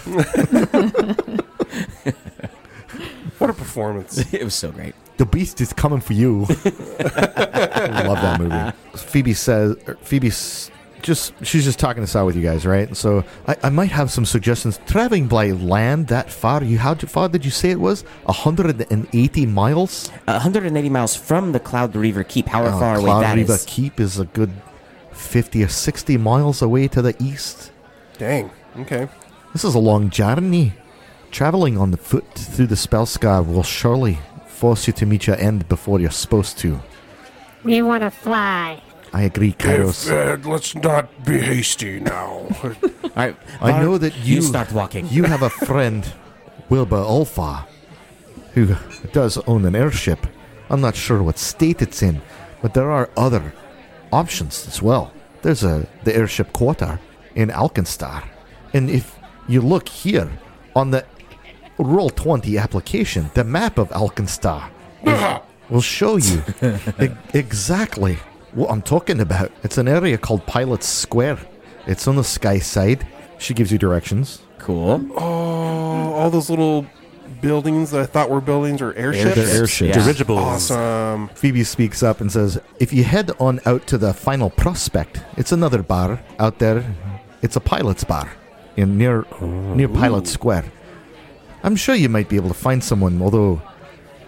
[SPEAKER 6] What a performance.
[SPEAKER 5] it was so great.
[SPEAKER 2] the beast is coming for you. I love that movie. Phoebe says, er, Phoebe s- just she's just talking this out with you guys, right? And so I, I might have some suggestions. Traveling by land that far, you how far did you say it was? hundred and eighty miles.
[SPEAKER 5] 180 miles from the Cloud River Keep, however
[SPEAKER 2] Uh,
[SPEAKER 5] far away
[SPEAKER 2] Cloud
[SPEAKER 5] that is.
[SPEAKER 2] River Keep is a good fifty or sixty miles away to the east.
[SPEAKER 6] Dang. Okay.
[SPEAKER 2] This is a long journey. Traveling on foot through the Spellscar will surely force you to meet your end before you're supposed to.
[SPEAKER 8] We want to fly.
[SPEAKER 2] I agree, Kairos.
[SPEAKER 7] If, uh, let's not be hasty now.
[SPEAKER 5] All right,
[SPEAKER 2] I
[SPEAKER 5] Var-
[SPEAKER 2] know that you,
[SPEAKER 5] you start walking.
[SPEAKER 2] You have a friend, Wilbur Olfa, who does own an airship. I'm not sure what state it's in, but there are other options as well. There's a the airship quarter in Alkenstar, and if you look here on the Roll Twenty application, the map of Alkenstar will show you e- exactly what I'm talking about. It's an area called Pilot's Square. It's on the sky side. She gives you directions.
[SPEAKER 5] cool.
[SPEAKER 6] Oh, all those little buildings that I thought were buildings or airships.
[SPEAKER 2] They're airships.
[SPEAKER 5] Yeah.
[SPEAKER 3] Dirigibles.
[SPEAKER 6] Awesome.
[SPEAKER 2] Um, Phoebe speaks up and says, If you head on out to the Final Prospect, it's another bar out there. It's a pilot's bar in near near Pilot Square. I'm sure you might be able to find someone, although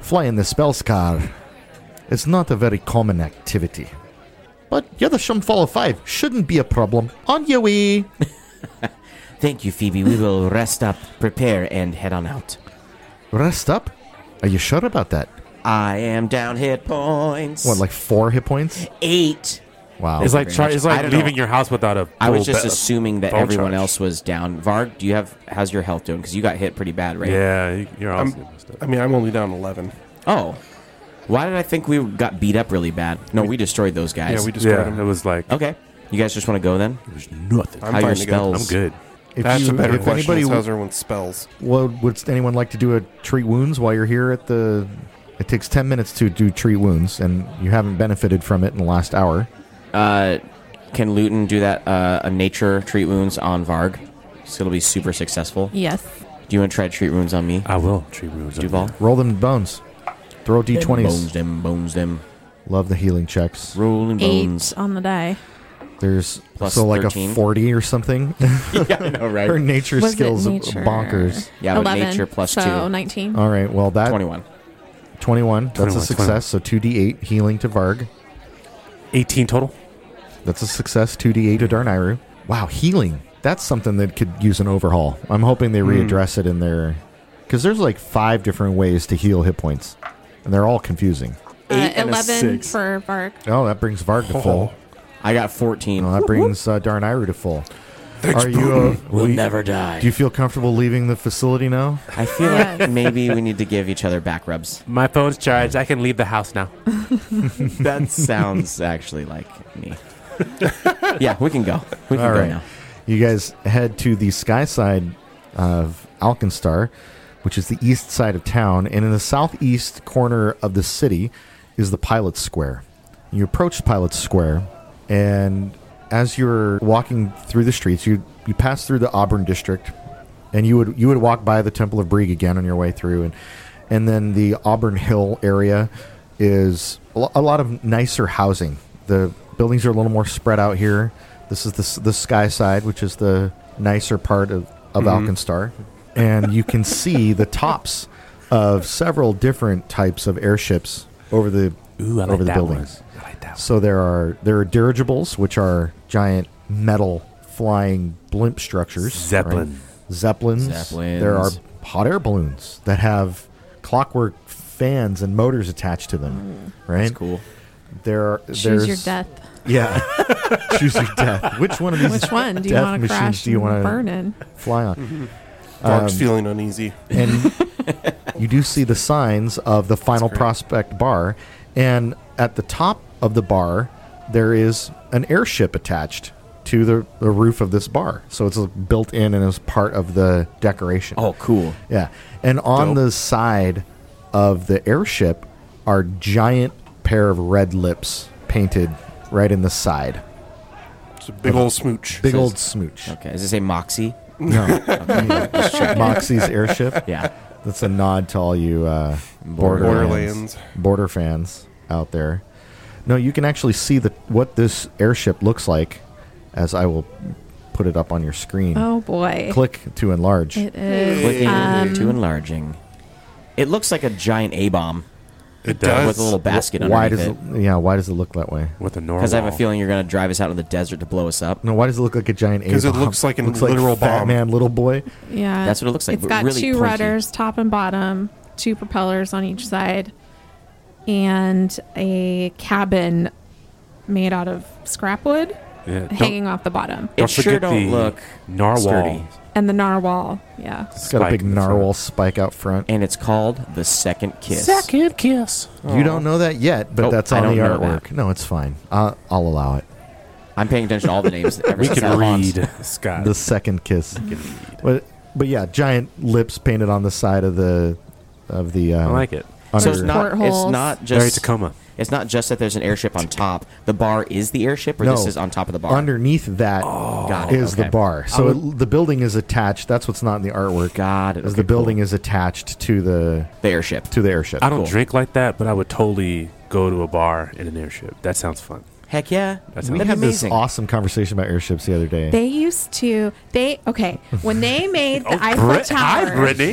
[SPEAKER 2] flying the Spellscar is not a very common activity. But you're the Shumfall of Five. Shouldn't be a problem. On your way.
[SPEAKER 5] Thank you, Phoebe. We will rest up, prepare, and head on out.
[SPEAKER 2] Rest up. Are you sure about that?
[SPEAKER 5] I am down hit points.
[SPEAKER 2] What, like four hit points?
[SPEAKER 5] eight?
[SPEAKER 2] Wow.
[SPEAKER 3] It's like try,
[SPEAKER 5] much.
[SPEAKER 3] it's
[SPEAKER 5] I
[SPEAKER 3] like
[SPEAKER 5] don't know.
[SPEAKER 3] leaving your house without a.
[SPEAKER 5] I was
[SPEAKER 3] full
[SPEAKER 5] just
[SPEAKER 3] ba-
[SPEAKER 5] assuming that
[SPEAKER 3] phone
[SPEAKER 5] everyone
[SPEAKER 3] charge.
[SPEAKER 5] else was down. Varg, do you have how's your health doing? Because you got hit pretty bad, right?
[SPEAKER 3] Yeah, you- you're
[SPEAKER 6] I'm-
[SPEAKER 3] awesome.
[SPEAKER 6] I mean, I'm only down 11.
[SPEAKER 5] Oh, why did I think we got beat up really bad? No, we destroyed those guys.
[SPEAKER 6] Yeah, we destroyed
[SPEAKER 3] Yeah, it
[SPEAKER 6] them.
[SPEAKER 3] was like
[SPEAKER 5] Okay, you guys just want to go then?
[SPEAKER 3] there's nothing.
[SPEAKER 6] I'm
[SPEAKER 5] How your
[SPEAKER 6] fine to go.
[SPEAKER 5] spells?
[SPEAKER 3] I'm good.
[SPEAKER 2] if
[SPEAKER 6] That's
[SPEAKER 2] you-
[SPEAKER 6] a better
[SPEAKER 2] if
[SPEAKER 6] question.
[SPEAKER 2] anybody
[SPEAKER 6] Anybody
[SPEAKER 2] w-
[SPEAKER 6] how's everyone's spells?
[SPEAKER 2] Well, would anyone like to do a treat wounds while you're here at the? It takes ten minutes to do treat wounds, and you haven't benefited from it in the last hour.
[SPEAKER 5] Uh, can Luton do that? Uh, a nature treat wounds on Varg. So it'll be super successful.
[SPEAKER 4] Yes.
[SPEAKER 5] Do you want to try treat wounds on me,
[SPEAKER 3] I will treat wounds. on
[SPEAKER 5] Duval?
[SPEAKER 3] you.
[SPEAKER 2] Roll them bones. Throw
[SPEAKER 5] Bones
[SPEAKER 2] d20s.
[SPEAKER 5] them, bones them,
[SPEAKER 2] Love the healing checks.
[SPEAKER 5] rolling
[SPEAKER 4] Eight
[SPEAKER 5] bones.
[SPEAKER 4] on the die.
[SPEAKER 2] There's
[SPEAKER 5] Plus
[SPEAKER 2] so like
[SPEAKER 5] 13.
[SPEAKER 2] a forty or something.
[SPEAKER 5] yeah, I know,
[SPEAKER 2] Her nature
[SPEAKER 4] Was it
[SPEAKER 2] skills are
[SPEAKER 4] nature?
[SPEAKER 2] bonkers.
[SPEAKER 5] Yeah, but nature plus
[SPEAKER 4] so
[SPEAKER 5] two.
[SPEAKER 4] 19.
[SPEAKER 2] All right, well that
[SPEAKER 5] Twenty-one.
[SPEAKER 2] 21. That's
[SPEAKER 3] 21,
[SPEAKER 2] a success. So 2d8 healing to Varg.
[SPEAKER 3] 18 total.
[SPEAKER 2] That's a success. 2d8 to Darnayru. Wow, healing. That's something that could use an overhaul. I'm hoping they
[SPEAKER 7] Hmm.
[SPEAKER 2] readdress it in their. Because there's like five different ways to heal hit points, and they're all confusing.
[SPEAKER 6] Eight and a
[SPEAKER 4] 11
[SPEAKER 6] six.
[SPEAKER 4] Uh, for Vark.
[SPEAKER 2] Oh, that brings Varg to full.
[SPEAKER 5] Oh. I got 14.
[SPEAKER 2] Well, that brings uh, Darnayru to full.
[SPEAKER 7] Thanks,
[SPEAKER 2] Are you.
[SPEAKER 7] Putin.
[SPEAKER 2] Uh,
[SPEAKER 5] we'll
[SPEAKER 2] we-
[SPEAKER 5] never die.
[SPEAKER 2] Do you feel comfortable leaving the facility now?
[SPEAKER 5] I feel like maybe we need to give each other back rubs.
[SPEAKER 3] My phone's charged. I can leave the house now.
[SPEAKER 5] That sounds actually like me. yeah, we can go. We can
[SPEAKER 2] All
[SPEAKER 5] go
[SPEAKER 2] right.
[SPEAKER 5] now.
[SPEAKER 2] You guys head to the sky side of Alkenstar, which is the east side of town, and in the southeast corner of the city is the Pilot Square. You approach Pilot Square, and as you're walking through the streets, you you pass through the Auburn district, and you would you would walk by the Temple of Brieg again on your way through, and and then the Auburn Hill area is a lo- a lot of nicer housing. The buildings are a little more spread out here. This is the s- the sky side, which is the nicer part of of
[SPEAKER 3] Mm-hmm.
[SPEAKER 2] Alkenstar, and you can see the tops of several different types of airships over the
[SPEAKER 3] Ooh, I like
[SPEAKER 2] over the
[SPEAKER 3] that
[SPEAKER 2] buildings.
[SPEAKER 3] one. I like that
[SPEAKER 2] So there are there are dirigibles, which are giant metal flying blimp structures.
[SPEAKER 3] Zeppelin.
[SPEAKER 2] Zeppelins.
[SPEAKER 5] Zeppelins.
[SPEAKER 2] There are hot air balloons that have clockwork fans and motors attached to them. Right.
[SPEAKER 5] Mm. That's cool.
[SPEAKER 2] There are
[SPEAKER 4] Choose
[SPEAKER 2] there's
[SPEAKER 4] your death.
[SPEAKER 2] Yeah. Choose your death. Which one of these
[SPEAKER 4] Which one? Do you
[SPEAKER 2] death
[SPEAKER 4] want to
[SPEAKER 2] machines
[SPEAKER 4] crash
[SPEAKER 2] do you
[SPEAKER 4] and
[SPEAKER 2] wanna
[SPEAKER 4] burn in?
[SPEAKER 2] fly on? Um,
[SPEAKER 6] Dog's feeling uneasy.
[SPEAKER 2] and you do see the signs of the Final Prospect Bar, and at the top of the bar, there is an airship attached to the, the roof of this bar, so it's like, built in and is part of the decoration.
[SPEAKER 5] Oh, cool.
[SPEAKER 2] yeah, and on
[SPEAKER 6] Dope.
[SPEAKER 2] the side of the airship are giant pair of red lips painted right in the side.
[SPEAKER 6] It's a big old smooch.
[SPEAKER 2] Big old smooch.
[SPEAKER 5] Okay, is this a Moxie?
[SPEAKER 2] No, Moxie's airship.
[SPEAKER 5] Yeah.
[SPEAKER 2] That's a nod to all you uh,
[SPEAKER 5] Borderlands.
[SPEAKER 2] borderlands, border fans out there. No, you can actually see the what this airship looks like, as I will put it up on your screen.
[SPEAKER 4] Oh boy.
[SPEAKER 2] Click to enlarge.
[SPEAKER 4] It is. um,
[SPEAKER 5] What are you- to enlarging? It looks like a giant A bomb
[SPEAKER 6] It
[SPEAKER 5] with a little basket
[SPEAKER 2] why does
[SPEAKER 5] underneath
[SPEAKER 2] it,
[SPEAKER 5] it.
[SPEAKER 2] yeah? Why does it look that way?
[SPEAKER 3] With a normal.
[SPEAKER 5] Because I have a feeling you're going to drive us out in the desert to blow us up.
[SPEAKER 2] No, why does it look like a giant?
[SPEAKER 6] 'Cause it
[SPEAKER 2] A-bomb?
[SPEAKER 6] looks like an
[SPEAKER 2] looks
[SPEAKER 6] literal
[SPEAKER 2] fat
[SPEAKER 6] bomb.
[SPEAKER 2] man, little boy.
[SPEAKER 4] Yeah.
[SPEAKER 5] That's what it looks like,
[SPEAKER 4] It's
[SPEAKER 5] but
[SPEAKER 4] got
[SPEAKER 5] really
[SPEAKER 4] two
[SPEAKER 5] pointy.
[SPEAKER 4] rudders, top and bottom, two propellers on each side, and a cabin made out of scrap wood
[SPEAKER 3] Yeah, don't-
[SPEAKER 4] hanging off the bottom.
[SPEAKER 5] it sure don't look
[SPEAKER 3] narwhal.
[SPEAKER 5] sturdy.
[SPEAKER 4] And the narwhal. Yeah.
[SPEAKER 2] It's got a big narwhal spike out front.
[SPEAKER 5] And it's called The Second Kiss.
[SPEAKER 3] kiss.
[SPEAKER 2] You don't know that yet, but
[SPEAKER 5] Oh,
[SPEAKER 2] that's
[SPEAKER 5] I
[SPEAKER 2] on the
[SPEAKER 5] don't know that.
[SPEAKER 2] artwork. No, it's fine. Uh, I'll allow it.
[SPEAKER 5] I'm paying attention to all the names. Ever
[SPEAKER 3] We
[SPEAKER 5] since
[SPEAKER 3] can
[SPEAKER 5] I launched.
[SPEAKER 3] read, Scott.
[SPEAKER 2] the second kiss. But but yeah, giant lips painted on the side of the of the. Uh,
[SPEAKER 3] I like it.
[SPEAKER 2] under-
[SPEAKER 5] So it's not, it's
[SPEAKER 4] Portholes.
[SPEAKER 5] not
[SPEAKER 3] Very
[SPEAKER 5] just
[SPEAKER 3] Tacoma.
[SPEAKER 5] It's not just that there's an airship on top. The bar is the airship, or
[SPEAKER 2] No.
[SPEAKER 5] this is on top of the bar.
[SPEAKER 2] underneath that is
[SPEAKER 3] Oh,
[SPEAKER 5] Got it, okay. Oh.
[SPEAKER 2] the bar. So it, the building is attached. That's what's not in the artwork.
[SPEAKER 5] God,
[SPEAKER 2] is the building is attached to the
[SPEAKER 5] the airship.
[SPEAKER 2] to the airship.
[SPEAKER 3] I don't
[SPEAKER 5] Cool.
[SPEAKER 3] drink like that, but I would totally go to a bar in an airship. That sounds fun.
[SPEAKER 5] Heck yeah,
[SPEAKER 3] That
[SPEAKER 5] that'd
[SPEAKER 3] sounds
[SPEAKER 5] be
[SPEAKER 2] we had this
[SPEAKER 5] amazing.
[SPEAKER 2] awesome conversation about airships the other day.
[SPEAKER 4] They used to. They okay. When they made the Eiffel
[SPEAKER 3] Oh, Brit-
[SPEAKER 4] Tower,
[SPEAKER 3] Hi, Brittany.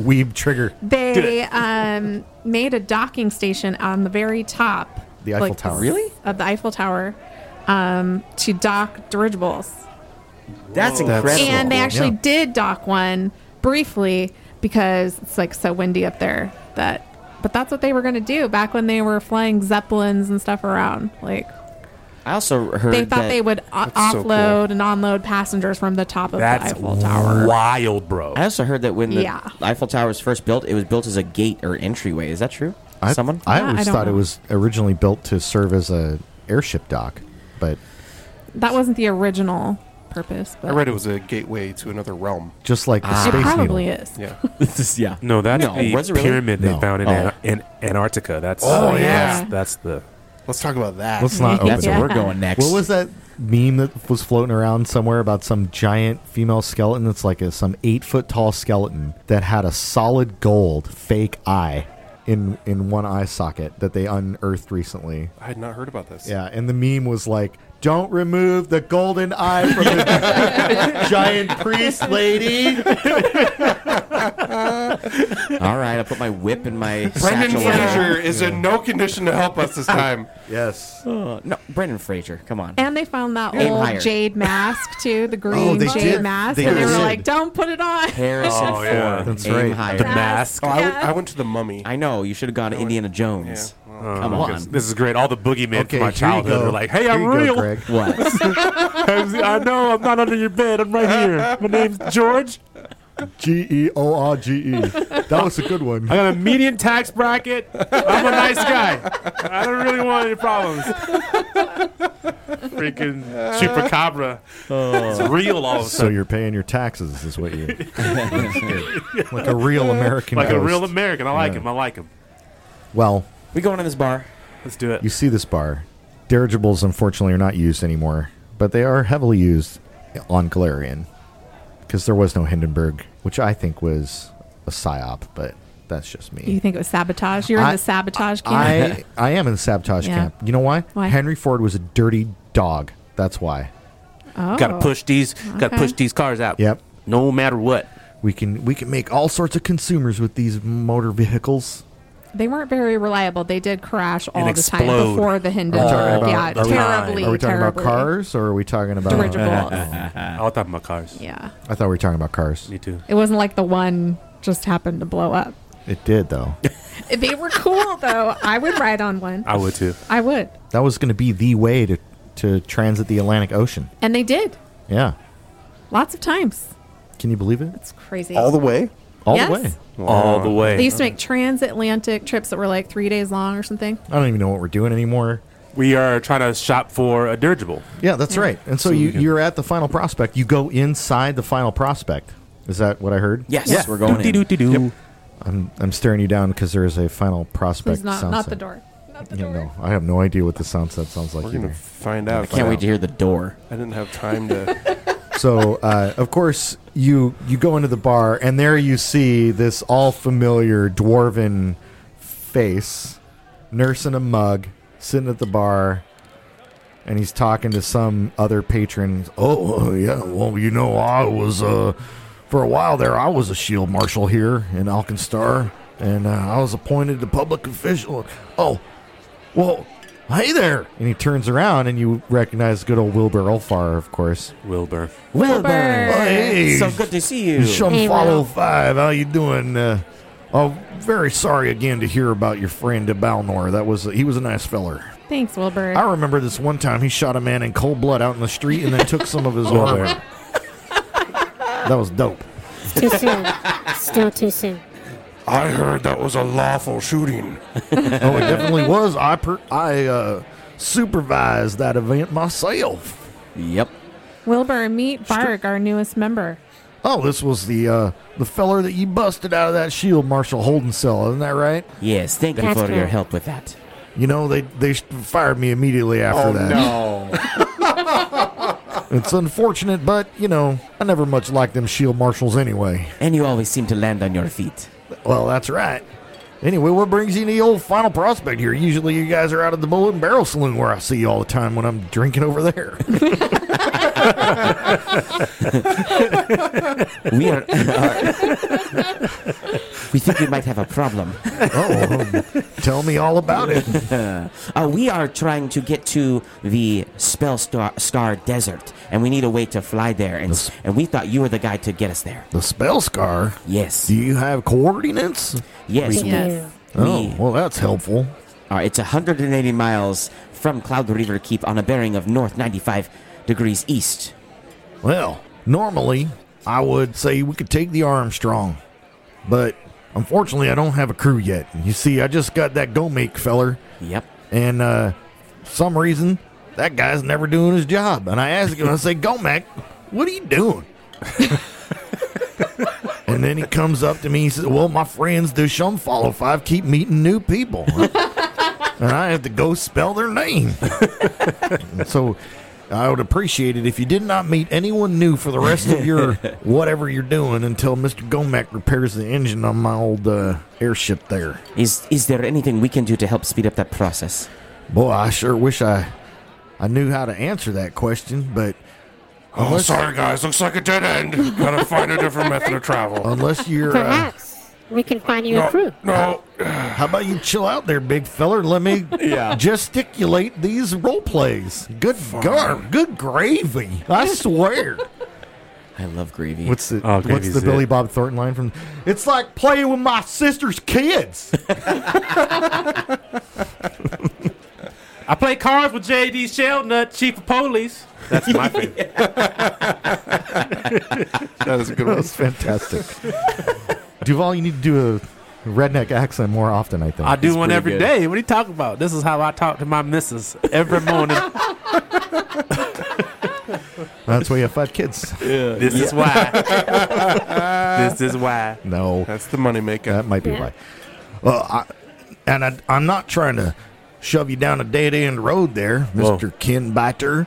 [SPEAKER 2] Weeb trigger.
[SPEAKER 4] they um, made a docking station on the very top.
[SPEAKER 2] The Eiffel Tower. Really?
[SPEAKER 4] Of the Eiffel Tower, um, to dock dirigibles.
[SPEAKER 5] That's incredible.
[SPEAKER 4] and they actually
[SPEAKER 2] Yeah.
[SPEAKER 4] did dock one briefly because it's like so windy up there that but that's what they were going to do back when they were flying zeppelins and stuff around like
[SPEAKER 5] I also heard
[SPEAKER 4] they thought
[SPEAKER 5] that
[SPEAKER 4] they would o-
[SPEAKER 6] That's so
[SPEAKER 4] offload and unload passengers from the top of
[SPEAKER 3] That's
[SPEAKER 4] the Eiffel Tower.
[SPEAKER 3] wild, bro.
[SPEAKER 5] I also heard that when the
[SPEAKER 4] Yeah.
[SPEAKER 5] Eiffel Tower was first built, it was built as a gate or entryway. Is that true?
[SPEAKER 2] I,
[SPEAKER 5] Someone?
[SPEAKER 4] Yeah,
[SPEAKER 2] I
[SPEAKER 4] I
[SPEAKER 2] always
[SPEAKER 4] don't
[SPEAKER 2] thought it
[SPEAKER 4] know.
[SPEAKER 2] was originally built to serve as a airship dock, but
[SPEAKER 4] That wasn't the original purpose, but
[SPEAKER 6] I read it was a gateway to another realm.
[SPEAKER 2] just like the
[SPEAKER 5] Ah.
[SPEAKER 4] it
[SPEAKER 2] space
[SPEAKER 4] probably
[SPEAKER 2] needle.
[SPEAKER 4] is.
[SPEAKER 6] Yeah.
[SPEAKER 5] this is yeah.
[SPEAKER 3] no, that's
[SPEAKER 5] No, was
[SPEAKER 3] the
[SPEAKER 5] it really?
[SPEAKER 3] pyramid they
[SPEAKER 2] No.
[SPEAKER 3] found in,
[SPEAKER 5] Oh.
[SPEAKER 3] Ana- in Antarctica. That's
[SPEAKER 6] Oh,
[SPEAKER 3] that's-
[SPEAKER 4] yeah.
[SPEAKER 3] that's, the
[SPEAKER 6] Let's talk about that.
[SPEAKER 2] Let's not open
[SPEAKER 5] That's
[SPEAKER 2] it.
[SPEAKER 5] where we're going next.
[SPEAKER 2] What was that meme that was floating around somewhere about some giant female skeleton that's like a, some eight foot tall skeleton that had a solid gold fake eye in in one eye socket that they unearthed recently?
[SPEAKER 6] I had not heard about this.
[SPEAKER 2] Yeah, and the meme was like, "Don't remove the golden eye from the giant priest lady."
[SPEAKER 5] All right, I put my whip in my
[SPEAKER 6] Brendan
[SPEAKER 5] satchel.
[SPEAKER 6] Fraser is in no condition to help us this time.
[SPEAKER 2] Yes.
[SPEAKER 5] Uh, no, Brendan Fraser. Come on.
[SPEAKER 4] And they found that
[SPEAKER 5] Aim
[SPEAKER 4] old
[SPEAKER 5] higher.
[SPEAKER 4] jade mask too, the green
[SPEAKER 2] Oh, they
[SPEAKER 4] jade
[SPEAKER 2] did.
[SPEAKER 4] mask,
[SPEAKER 2] They
[SPEAKER 4] and they
[SPEAKER 2] did.
[SPEAKER 4] were like, "Don't put it on."
[SPEAKER 5] Harrison
[SPEAKER 3] Oh,
[SPEAKER 5] Ford.
[SPEAKER 3] yeah.
[SPEAKER 2] That's
[SPEAKER 5] aim
[SPEAKER 2] right.
[SPEAKER 5] higher.
[SPEAKER 3] The mask.
[SPEAKER 6] Oh, I, went,
[SPEAKER 4] Yeah.
[SPEAKER 6] I went to the mummy.
[SPEAKER 5] I know you should have gone to Indiana Jones. Come
[SPEAKER 3] Oh,
[SPEAKER 5] on.
[SPEAKER 3] This is great. All the boogeymen
[SPEAKER 2] Okay,
[SPEAKER 3] from
[SPEAKER 2] here
[SPEAKER 3] my
[SPEAKER 2] you
[SPEAKER 3] childhood
[SPEAKER 2] go.
[SPEAKER 3] are like, hey,
[SPEAKER 2] Here
[SPEAKER 3] I'm
[SPEAKER 2] you go,
[SPEAKER 3] real.
[SPEAKER 2] Greg.
[SPEAKER 5] What?
[SPEAKER 3] I know, I'm not under your bed. I'm right here. My name's George.
[SPEAKER 2] G E O R G E. That was a good one.
[SPEAKER 3] I got a median tax bracket. I'm a nice guy. I don't really want any problems. Freaking chupacabra. It's real all of a
[SPEAKER 2] Uh. Oh. So
[SPEAKER 3] sudden.
[SPEAKER 2] you're paying your taxes, is what you. like a real American.
[SPEAKER 3] like a
[SPEAKER 2] ghost.
[SPEAKER 3] real American. I like him. I like him.
[SPEAKER 2] Well,
[SPEAKER 5] we going to this bar?
[SPEAKER 3] Let's do it.
[SPEAKER 2] you see this bar. Dirigibles, unfortunately, are not used anymore, but they are heavily used on Galarian because there was no Hindenburg, which I think was a psyop, but that's just me.
[SPEAKER 4] You think it was sabotage? You're in
[SPEAKER 2] I-
[SPEAKER 4] the sabotage camp.
[SPEAKER 2] I I am in the sabotage
[SPEAKER 4] Yeah.
[SPEAKER 2] camp. You know why?
[SPEAKER 4] Why?
[SPEAKER 2] Henry Ford was a dirty dog. That's why.
[SPEAKER 4] oh.
[SPEAKER 9] Gotta push these. Gotta
[SPEAKER 4] Okay.
[SPEAKER 9] push these cars out.
[SPEAKER 2] Yep.
[SPEAKER 9] No matter what.
[SPEAKER 2] We can we can make all sorts of consumers with these motor vehicles.
[SPEAKER 4] They weren't very reliable. They did crash all the
[SPEAKER 9] explode.
[SPEAKER 4] time before the
[SPEAKER 2] Are we
[SPEAKER 4] Hindenburg.
[SPEAKER 2] talking about-
[SPEAKER 4] yeah,
[SPEAKER 2] are we-
[SPEAKER 4] terribly.
[SPEAKER 2] Are we talking
[SPEAKER 4] terribly
[SPEAKER 2] about cars or are we talking about?
[SPEAKER 4] Dirigibles.
[SPEAKER 3] I'll talk about cars.
[SPEAKER 4] yeah,
[SPEAKER 2] I thought we were talking about cars.
[SPEAKER 3] Me too.
[SPEAKER 4] it wasn't like the one just happened to blow up.
[SPEAKER 2] It did though.
[SPEAKER 4] They were cool though. I would ride on one.
[SPEAKER 3] I would too.
[SPEAKER 4] I would,
[SPEAKER 2] that was going to be the way to to transit the Atlantic Ocean.
[SPEAKER 4] and they did
[SPEAKER 2] Yeah.
[SPEAKER 4] lots of times.
[SPEAKER 2] Can you believe it?
[SPEAKER 4] It's crazy.
[SPEAKER 6] the way?
[SPEAKER 2] All
[SPEAKER 4] Yes.
[SPEAKER 2] the way.
[SPEAKER 9] All the way.
[SPEAKER 4] They used to make transatlantic trips that were like three days long or something.
[SPEAKER 2] I don't even know what we're doing anymore.
[SPEAKER 3] We are trying to shop for a dirigible.
[SPEAKER 2] Yeah, that's right. And so, you, you're at the final prospect. You go inside the final prospect. Is that what I heard?
[SPEAKER 5] Yes, we're going in.
[SPEAKER 2] I'm, I'm staring you down because there is a final prospect.
[SPEAKER 4] Please, not
[SPEAKER 2] sound
[SPEAKER 4] not
[SPEAKER 2] set.
[SPEAKER 4] the door. Not the
[SPEAKER 2] Yeah,
[SPEAKER 4] door.
[SPEAKER 2] no, I have no idea what the sound set sounds like
[SPEAKER 6] We're going
[SPEAKER 2] either.
[SPEAKER 6] to find out.
[SPEAKER 5] I can't wait to hear the door.
[SPEAKER 6] I didn't have time to.
[SPEAKER 2] so, uh, of course, you you go into the bar, and there you see this all familiar dwarven face, nursing a mug, sitting at the bar, and he's talking to some other patron. Oh, uh, yeah. Well, you know, I was uh, for a while there, I was a shield marshal here in Alkenstar, and uh, I was appointed to public official. Oh, well, hey there. And he turns around, and you recognize good old Wilbur Ulfar, of course. Oh,
[SPEAKER 3] Wilbur.
[SPEAKER 5] Wilbur,
[SPEAKER 2] Hey,
[SPEAKER 5] so good to see you.
[SPEAKER 2] Shum
[SPEAKER 8] Hey,
[SPEAKER 2] Follow
[SPEAKER 8] Ralph.
[SPEAKER 2] Five, how you doing? Uh, oh, very sorry again to hear about your friend uh, Balnor. That was he was a nice feller.
[SPEAKER 4] Thanks, Wilbur.
[SPEAKER 2] I remember this one time he shot a man in cold blood out in the street and then took some of his
[SPEAKER 5] Oh,
[SPEAKER 2] armor. That was dope.
[SPEAKER 8] Too soon. Still too soon.
[SPEAKER 7] I heard that was a lawful shooting.
[SPEAKER 2] Oh, it definitely was. I per- I uh, supervised that event myself.
[SPEAKER 5] Yep.
[SPEAKER 4] Wilbur, meet Varg, our newest member.
[SPEAKER 2] Oh, this was the uh, the feller that you busted out of that shield marshal holding cell, isn't that right?
[SPEAKER 5] Yes, thank you
[SPEAKER 8] That's
[SPEAKER 5] for your
[SPEAKER 8] cool.
[SPEAKER 5] help with that.
[SPEAKER 2] You know they they fired me immediately after that.
[SPEAKER 6] no.
[SPEAKER 2] It's unfortunate, but you know, I never much liked them shield marshals anyway.
[SPEAKER 5] And you always seem to land on your feet.
[SPEAKER 2] Well, that's right. Anyway, what brings you to the old final prospect here? Usually you guys are out at the Bull and Barrel Saloon where I see you all the time when I'm drinking over there.
[SPEAKER 5] We are. uh, we think we might have a problem.
[SPEAKER 2] oh, um, tell me all about it.
[SPEAKER 5] Uh, we are trying to get to the Spell Star, Scar Desert, and we need a way to fly there. And, s- and we thought you were the guy to get us there.
[SPEAKER 2] The spell scar.
[SPEAKER 5] Yes.
[SPEAKER 2] Do you have coordinates?
[SPEAKER 5] Yes.
[SPEAKER 4] Yes.
[SPEAKER 2] Oh, well, that's helpful.
[SPEAKER 5] All right, it's 180 miles from Cloud River Keep on a bearing of north 95 degrees east.
[SPEAKER 2] Well, normally I would say we could take the Armstrong, but unfortunately I don't have a crew yet. You see, I just got that go make feller.
[SPEAKER 5] Yep.
[SPEAKER 2] and uh, for some reason that guy's never doing his job. And I asked him, I say, Gomac, what are you doing? and then he comes up to me, he says, Well, my friends do some follow five, keep meeting new people. and I have to go spell their name. And so I would appreciate it if you did not meet anyone new for the rest of your whatever you're doing until Mr. Gomac repairs the engine on my old uh, airship there.
[SPEAKER 5] Is is there anything we can do to help speed up that process?
[SPEAKER 2] Boy, I sure wish I I knew how to answer that question, but
[SPEAKER 7] Oh, sorry guys, looks like a dead end. Gotta find a different method of travel.
[SPEAKER 2] Unless you're. Uh,
[SPEAKER 8] Perhaps we can find you a
[SPEAKER 7] No,
[SPEAKER 8] crew.
[SPEAKER 7] no,
[SPEAKER 2] how about you chill out there, big feller? and Let me gesticulate these role plays. Good gar, good gravy. I swear.
[SPEAKER 5] I love gravy.
[SPEAKER 2] What's the
[SPEAKER 3] Oh,
[SPEAKER 2] What's
[SPEAKER 3] gravy's
[SPEAKER 2] the
[SPEAKER 3] it.
[SPEAKER 2] Billy Bob Thornton line from? It's like playing with my sister's kids.
[SPEAKER 3] I play cards with J.D. Sheldnut, chief of police. That's my favorite.
[SPEAKER 6] That is a good
[SPEAKER 2] that
[SPEAKER 6] one.
[SPEAKER 2] was fantastic. Duval, you need to do a redneck accent more often. I think.
[SPEAKER 3] I do one
[SPEAKER 9] pretty
[SPEAKER 3] every day.
[SPEAKER 9] good.
[SPEAKER 3] What are you talking about? This is how I talk to my missus every morning.
[SPEAKER 2] That's why you have five kids.
[SPEAKER 3] this is why. this is why.
[SPEAKER 2] No,
[SPEAKER 6] That's the moneymaker.
[SPEAKER 2] that might be why. Well, I, and I, I'm not trying to shove you down a dead end road there, Mister Kinbiter.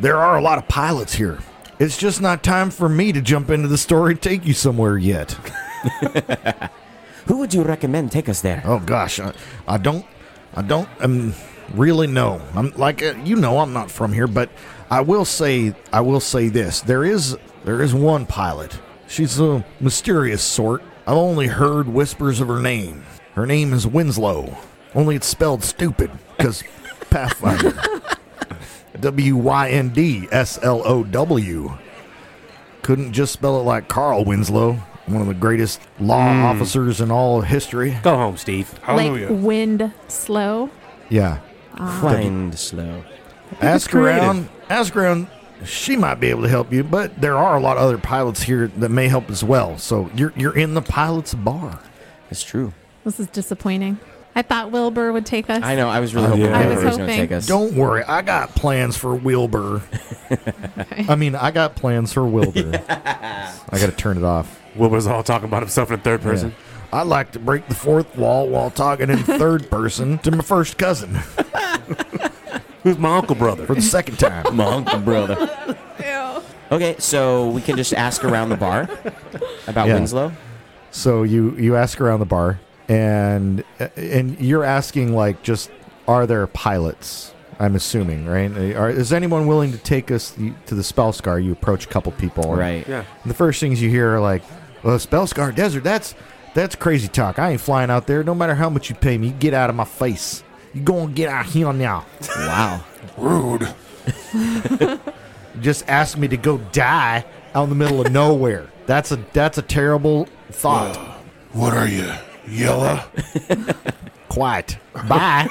[SPEAKER 2] There are a lot of pilots here. It's just not time for me to jump into the story and take you somewhere yet.
[SPEAKER 5] Who would you recommend take us there?
[SPEAKER 2] Oh gosh, I, I don't, I don't um, really know. I'm like uh, you know, I'm not from here, but I will say, I will say this: there is there is one pilot. She's a mysterious sort. I've only heard whispers of her name. Her name is Winslow. Only it's spelled stupid because Pathfinder. W Y N D S L O W. Couldn't just spell it like Carl Winslow, one of the greatest law
[SPEAKER 5] Hmm.
[SPEAKER 2] officers in all of history.
[SPEAKER 3] Go home, Steve.
[SPEAKER 4] like
[SPEAKER 6] Hallelujah.
[SPEAKER 4] wind slow.
[SPEAKER 2] Yeah.
[SPEAKER 5] Find slow.
[SPEAKER 2] ask
[SPEAKER 3] creative.
[SPEAKER 2] around. Ask around. She might be able to help you, but there are a lot of other pilots here that may help as well. So you're you're in the pilot's bar.
[SPEAKER 5] That's true.
[SPEAKER 4] This is disappointing. I thought Wilbur would take us.
[SPEAKER 5] I know. I
[SPEAKER 2] Oh,
[SPEAKER 5] was really hoping
[SPEAKER 3] yeah. I
[SPEAKER 5] Wilbur
[SPEAKER 3] was
[SPEAKER 5] was going to
[SPEAKER 4] hoping.
[SPEAKER 5] take us.
[SPEAKER 2] Don't worry, I got plans for Wilbur. I mean, I got plans for Wilbur. I got to turn it off.
[SPEAKER 3] Wilbur's all talking about himself in the third person.
[SPEAKER 2] I like to break the fourth wall while talking in third person to my first cousin
[SPEAKER 3] Who's my uncle brother?
[SPEAKER 2] for the second time.
[SPEAKER 5] My uncle brother. Okay, so we can just ask around the bar about
[SPEAKER 2] Yeah.
[SPEAKER 5] Winslow.
[SPEAKER 2] So you you ask around the bar, and and you're asking like just are there pilots? I'm assuming, right? Are, is anyone willing to take us to the Spellscar? You approach a couple people, and-
[SPEAKER 5] Right.
[SPEAKER 3] Yeah.
[SPEAKER 2] And the first things you hear are like, "Well, Spellscar Desert, that's that's crazy talk. I ain't flying out there. No matter how much you pay me, you get out of my face. You gonna get out here now.
[SPEAKER 5] Wow.
[SPEAKER 7] Rude.
[SPEAKER 2] Just ask me to go die out in the middle of nowhere. That's a that's a terrible thought.
[SPEAKER 7] What are you, Yella?
[SPEAKER 2] Quiet. Bye."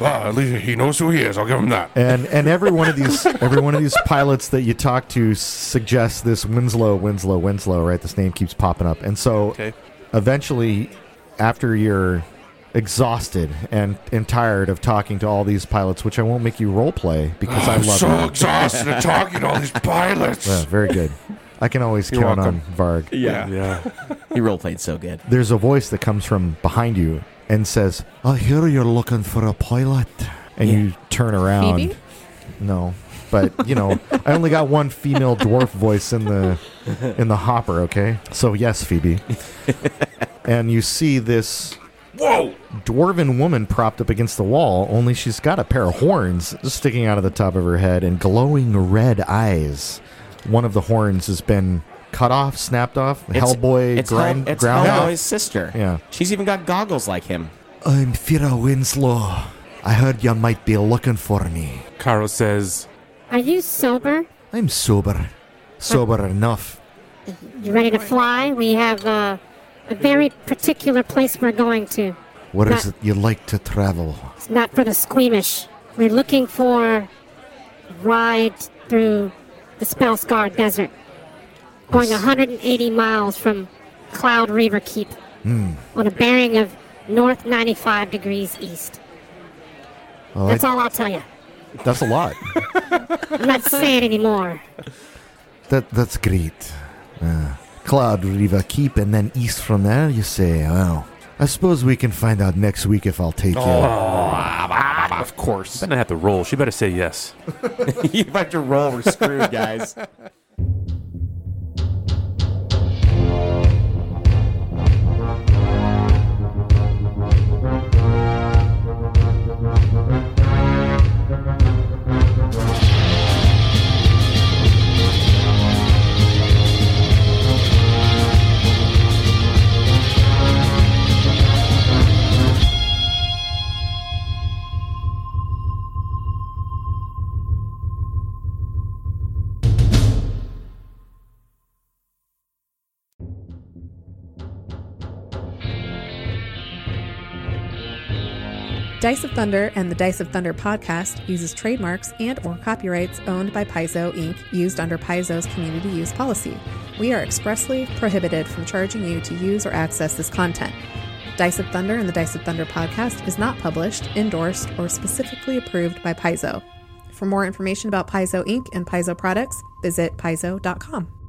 [SPEAKER 7] Well, Ah, at least he knows who he is. I'll give him that.
[SPEAKER 2] and and every one of these every one of these pilots that you talk to suggests this Winslow, Winslow, Winslow. Right, this name keeps popping up, and so
[SPEAKER 6] Okay.
[SPEAKER 2] eventually, after you're exhausted and and tired of talking to all these pilots, which I won't make you role play because I
[SPEAKER 7] I'm
[SPEAKER 2] love
[SPEAKER 7] so
[SPEAKER 2] that.
[SPEAKER 7] exhausted at talking to all these pilots.
[SPEAKER 2] Yeah, very good. I can always
[SPEAKER 6] You're
[SPEAKER 2] count
[SPEAKER 6] welcome.
[SPEAKER 2] on Varg.
[SPEAKER 6] Yeah.
[SPEAKER 3] Yeah.
[SPEAKER 5] He role played so good.
[SPEAKER 2] There's a voice that comes from behind you and says, "I hear you're looking for a pilot," and
[SPEAKER 5] Yeah.
[SPEAKER 2] you turn around.
[SPEAKER 4] Phoebe?
[SPEAKER 2] No, but you know, I only got one female dwarf voice in the in the hopper. Okay, so yes, Phoebe, and you see this
[SPEAKER 7] Whoa!
[SPEAKER 2] dwarven woman propped up against the wall. Only she's got a pair of horns sticking out of the top of her head and glowing red eyes. One of the horns has been cut off, snapped off. Hellboy,
[SPEAKER 5] it's
[SPEAKER 2] grind,
[SPEAKER 5] Hell, it's
[SPEAKER 2] ground.
[SPEAKER 5] Hellboy's sister.
[SPEAKER 2] Yeah.
[SPEAKER 5] She's even got goggles like him.
[SPEAKER 2] I'm Fira Winslow. I heard you might be looking for me.
[SPEAKER 3] Caro says,
[SPEAKER 8] Are you sober?
[SPEAKER 2] I'm sober. Sober enough.
[SPEAKER 8] You ready to fly? We have uh, a very particular place we're going to.
[SPEAKER 2] Where is
[SPEAKER 8] Nah.
[SPEAKER 2] it you like to travel?
[SPEAKER 8] It's not for the squeamish. We're looking for a ride through the Spellscar Desert, going 180 miles from Cloud Reaver Keep on a bearing of north 95 degrees east.
[SPEAKER 2] Well,
[SPEAKER 8] That's all I'll tell you.
[SPEAKER 2] that's a lot.
[SPEAKER 8] I'm not saying anymore.
[SPEAKER 2] that that's great. Uh, Cloud Riva Keep, and then east from there, you say. Well, I suppose we can find out next week if I'll take
[SPEAKER 3] Oh,
[SPEAKER 2] you.
[SPEAKER 6] Of course.
[SPEAKER 3] better not have to roll. She better say yes.
[SPEAKER 5] you about to roll. We're screwed, guys.
[SPEAKER 4] Dice of Thunder and the Dice of Thunder podcast uses trademarks and or copyrights owned by Paizo Inc. used under Paizo's community use policy. We are expressly prohibited from charging you to use or access this content. Dice of Thunder and the Dice of Thunder podcast is not published, endorsed, or specifically approved by Paizo. For more information about Paizo Inc. and Paizo products, visit paizo.com.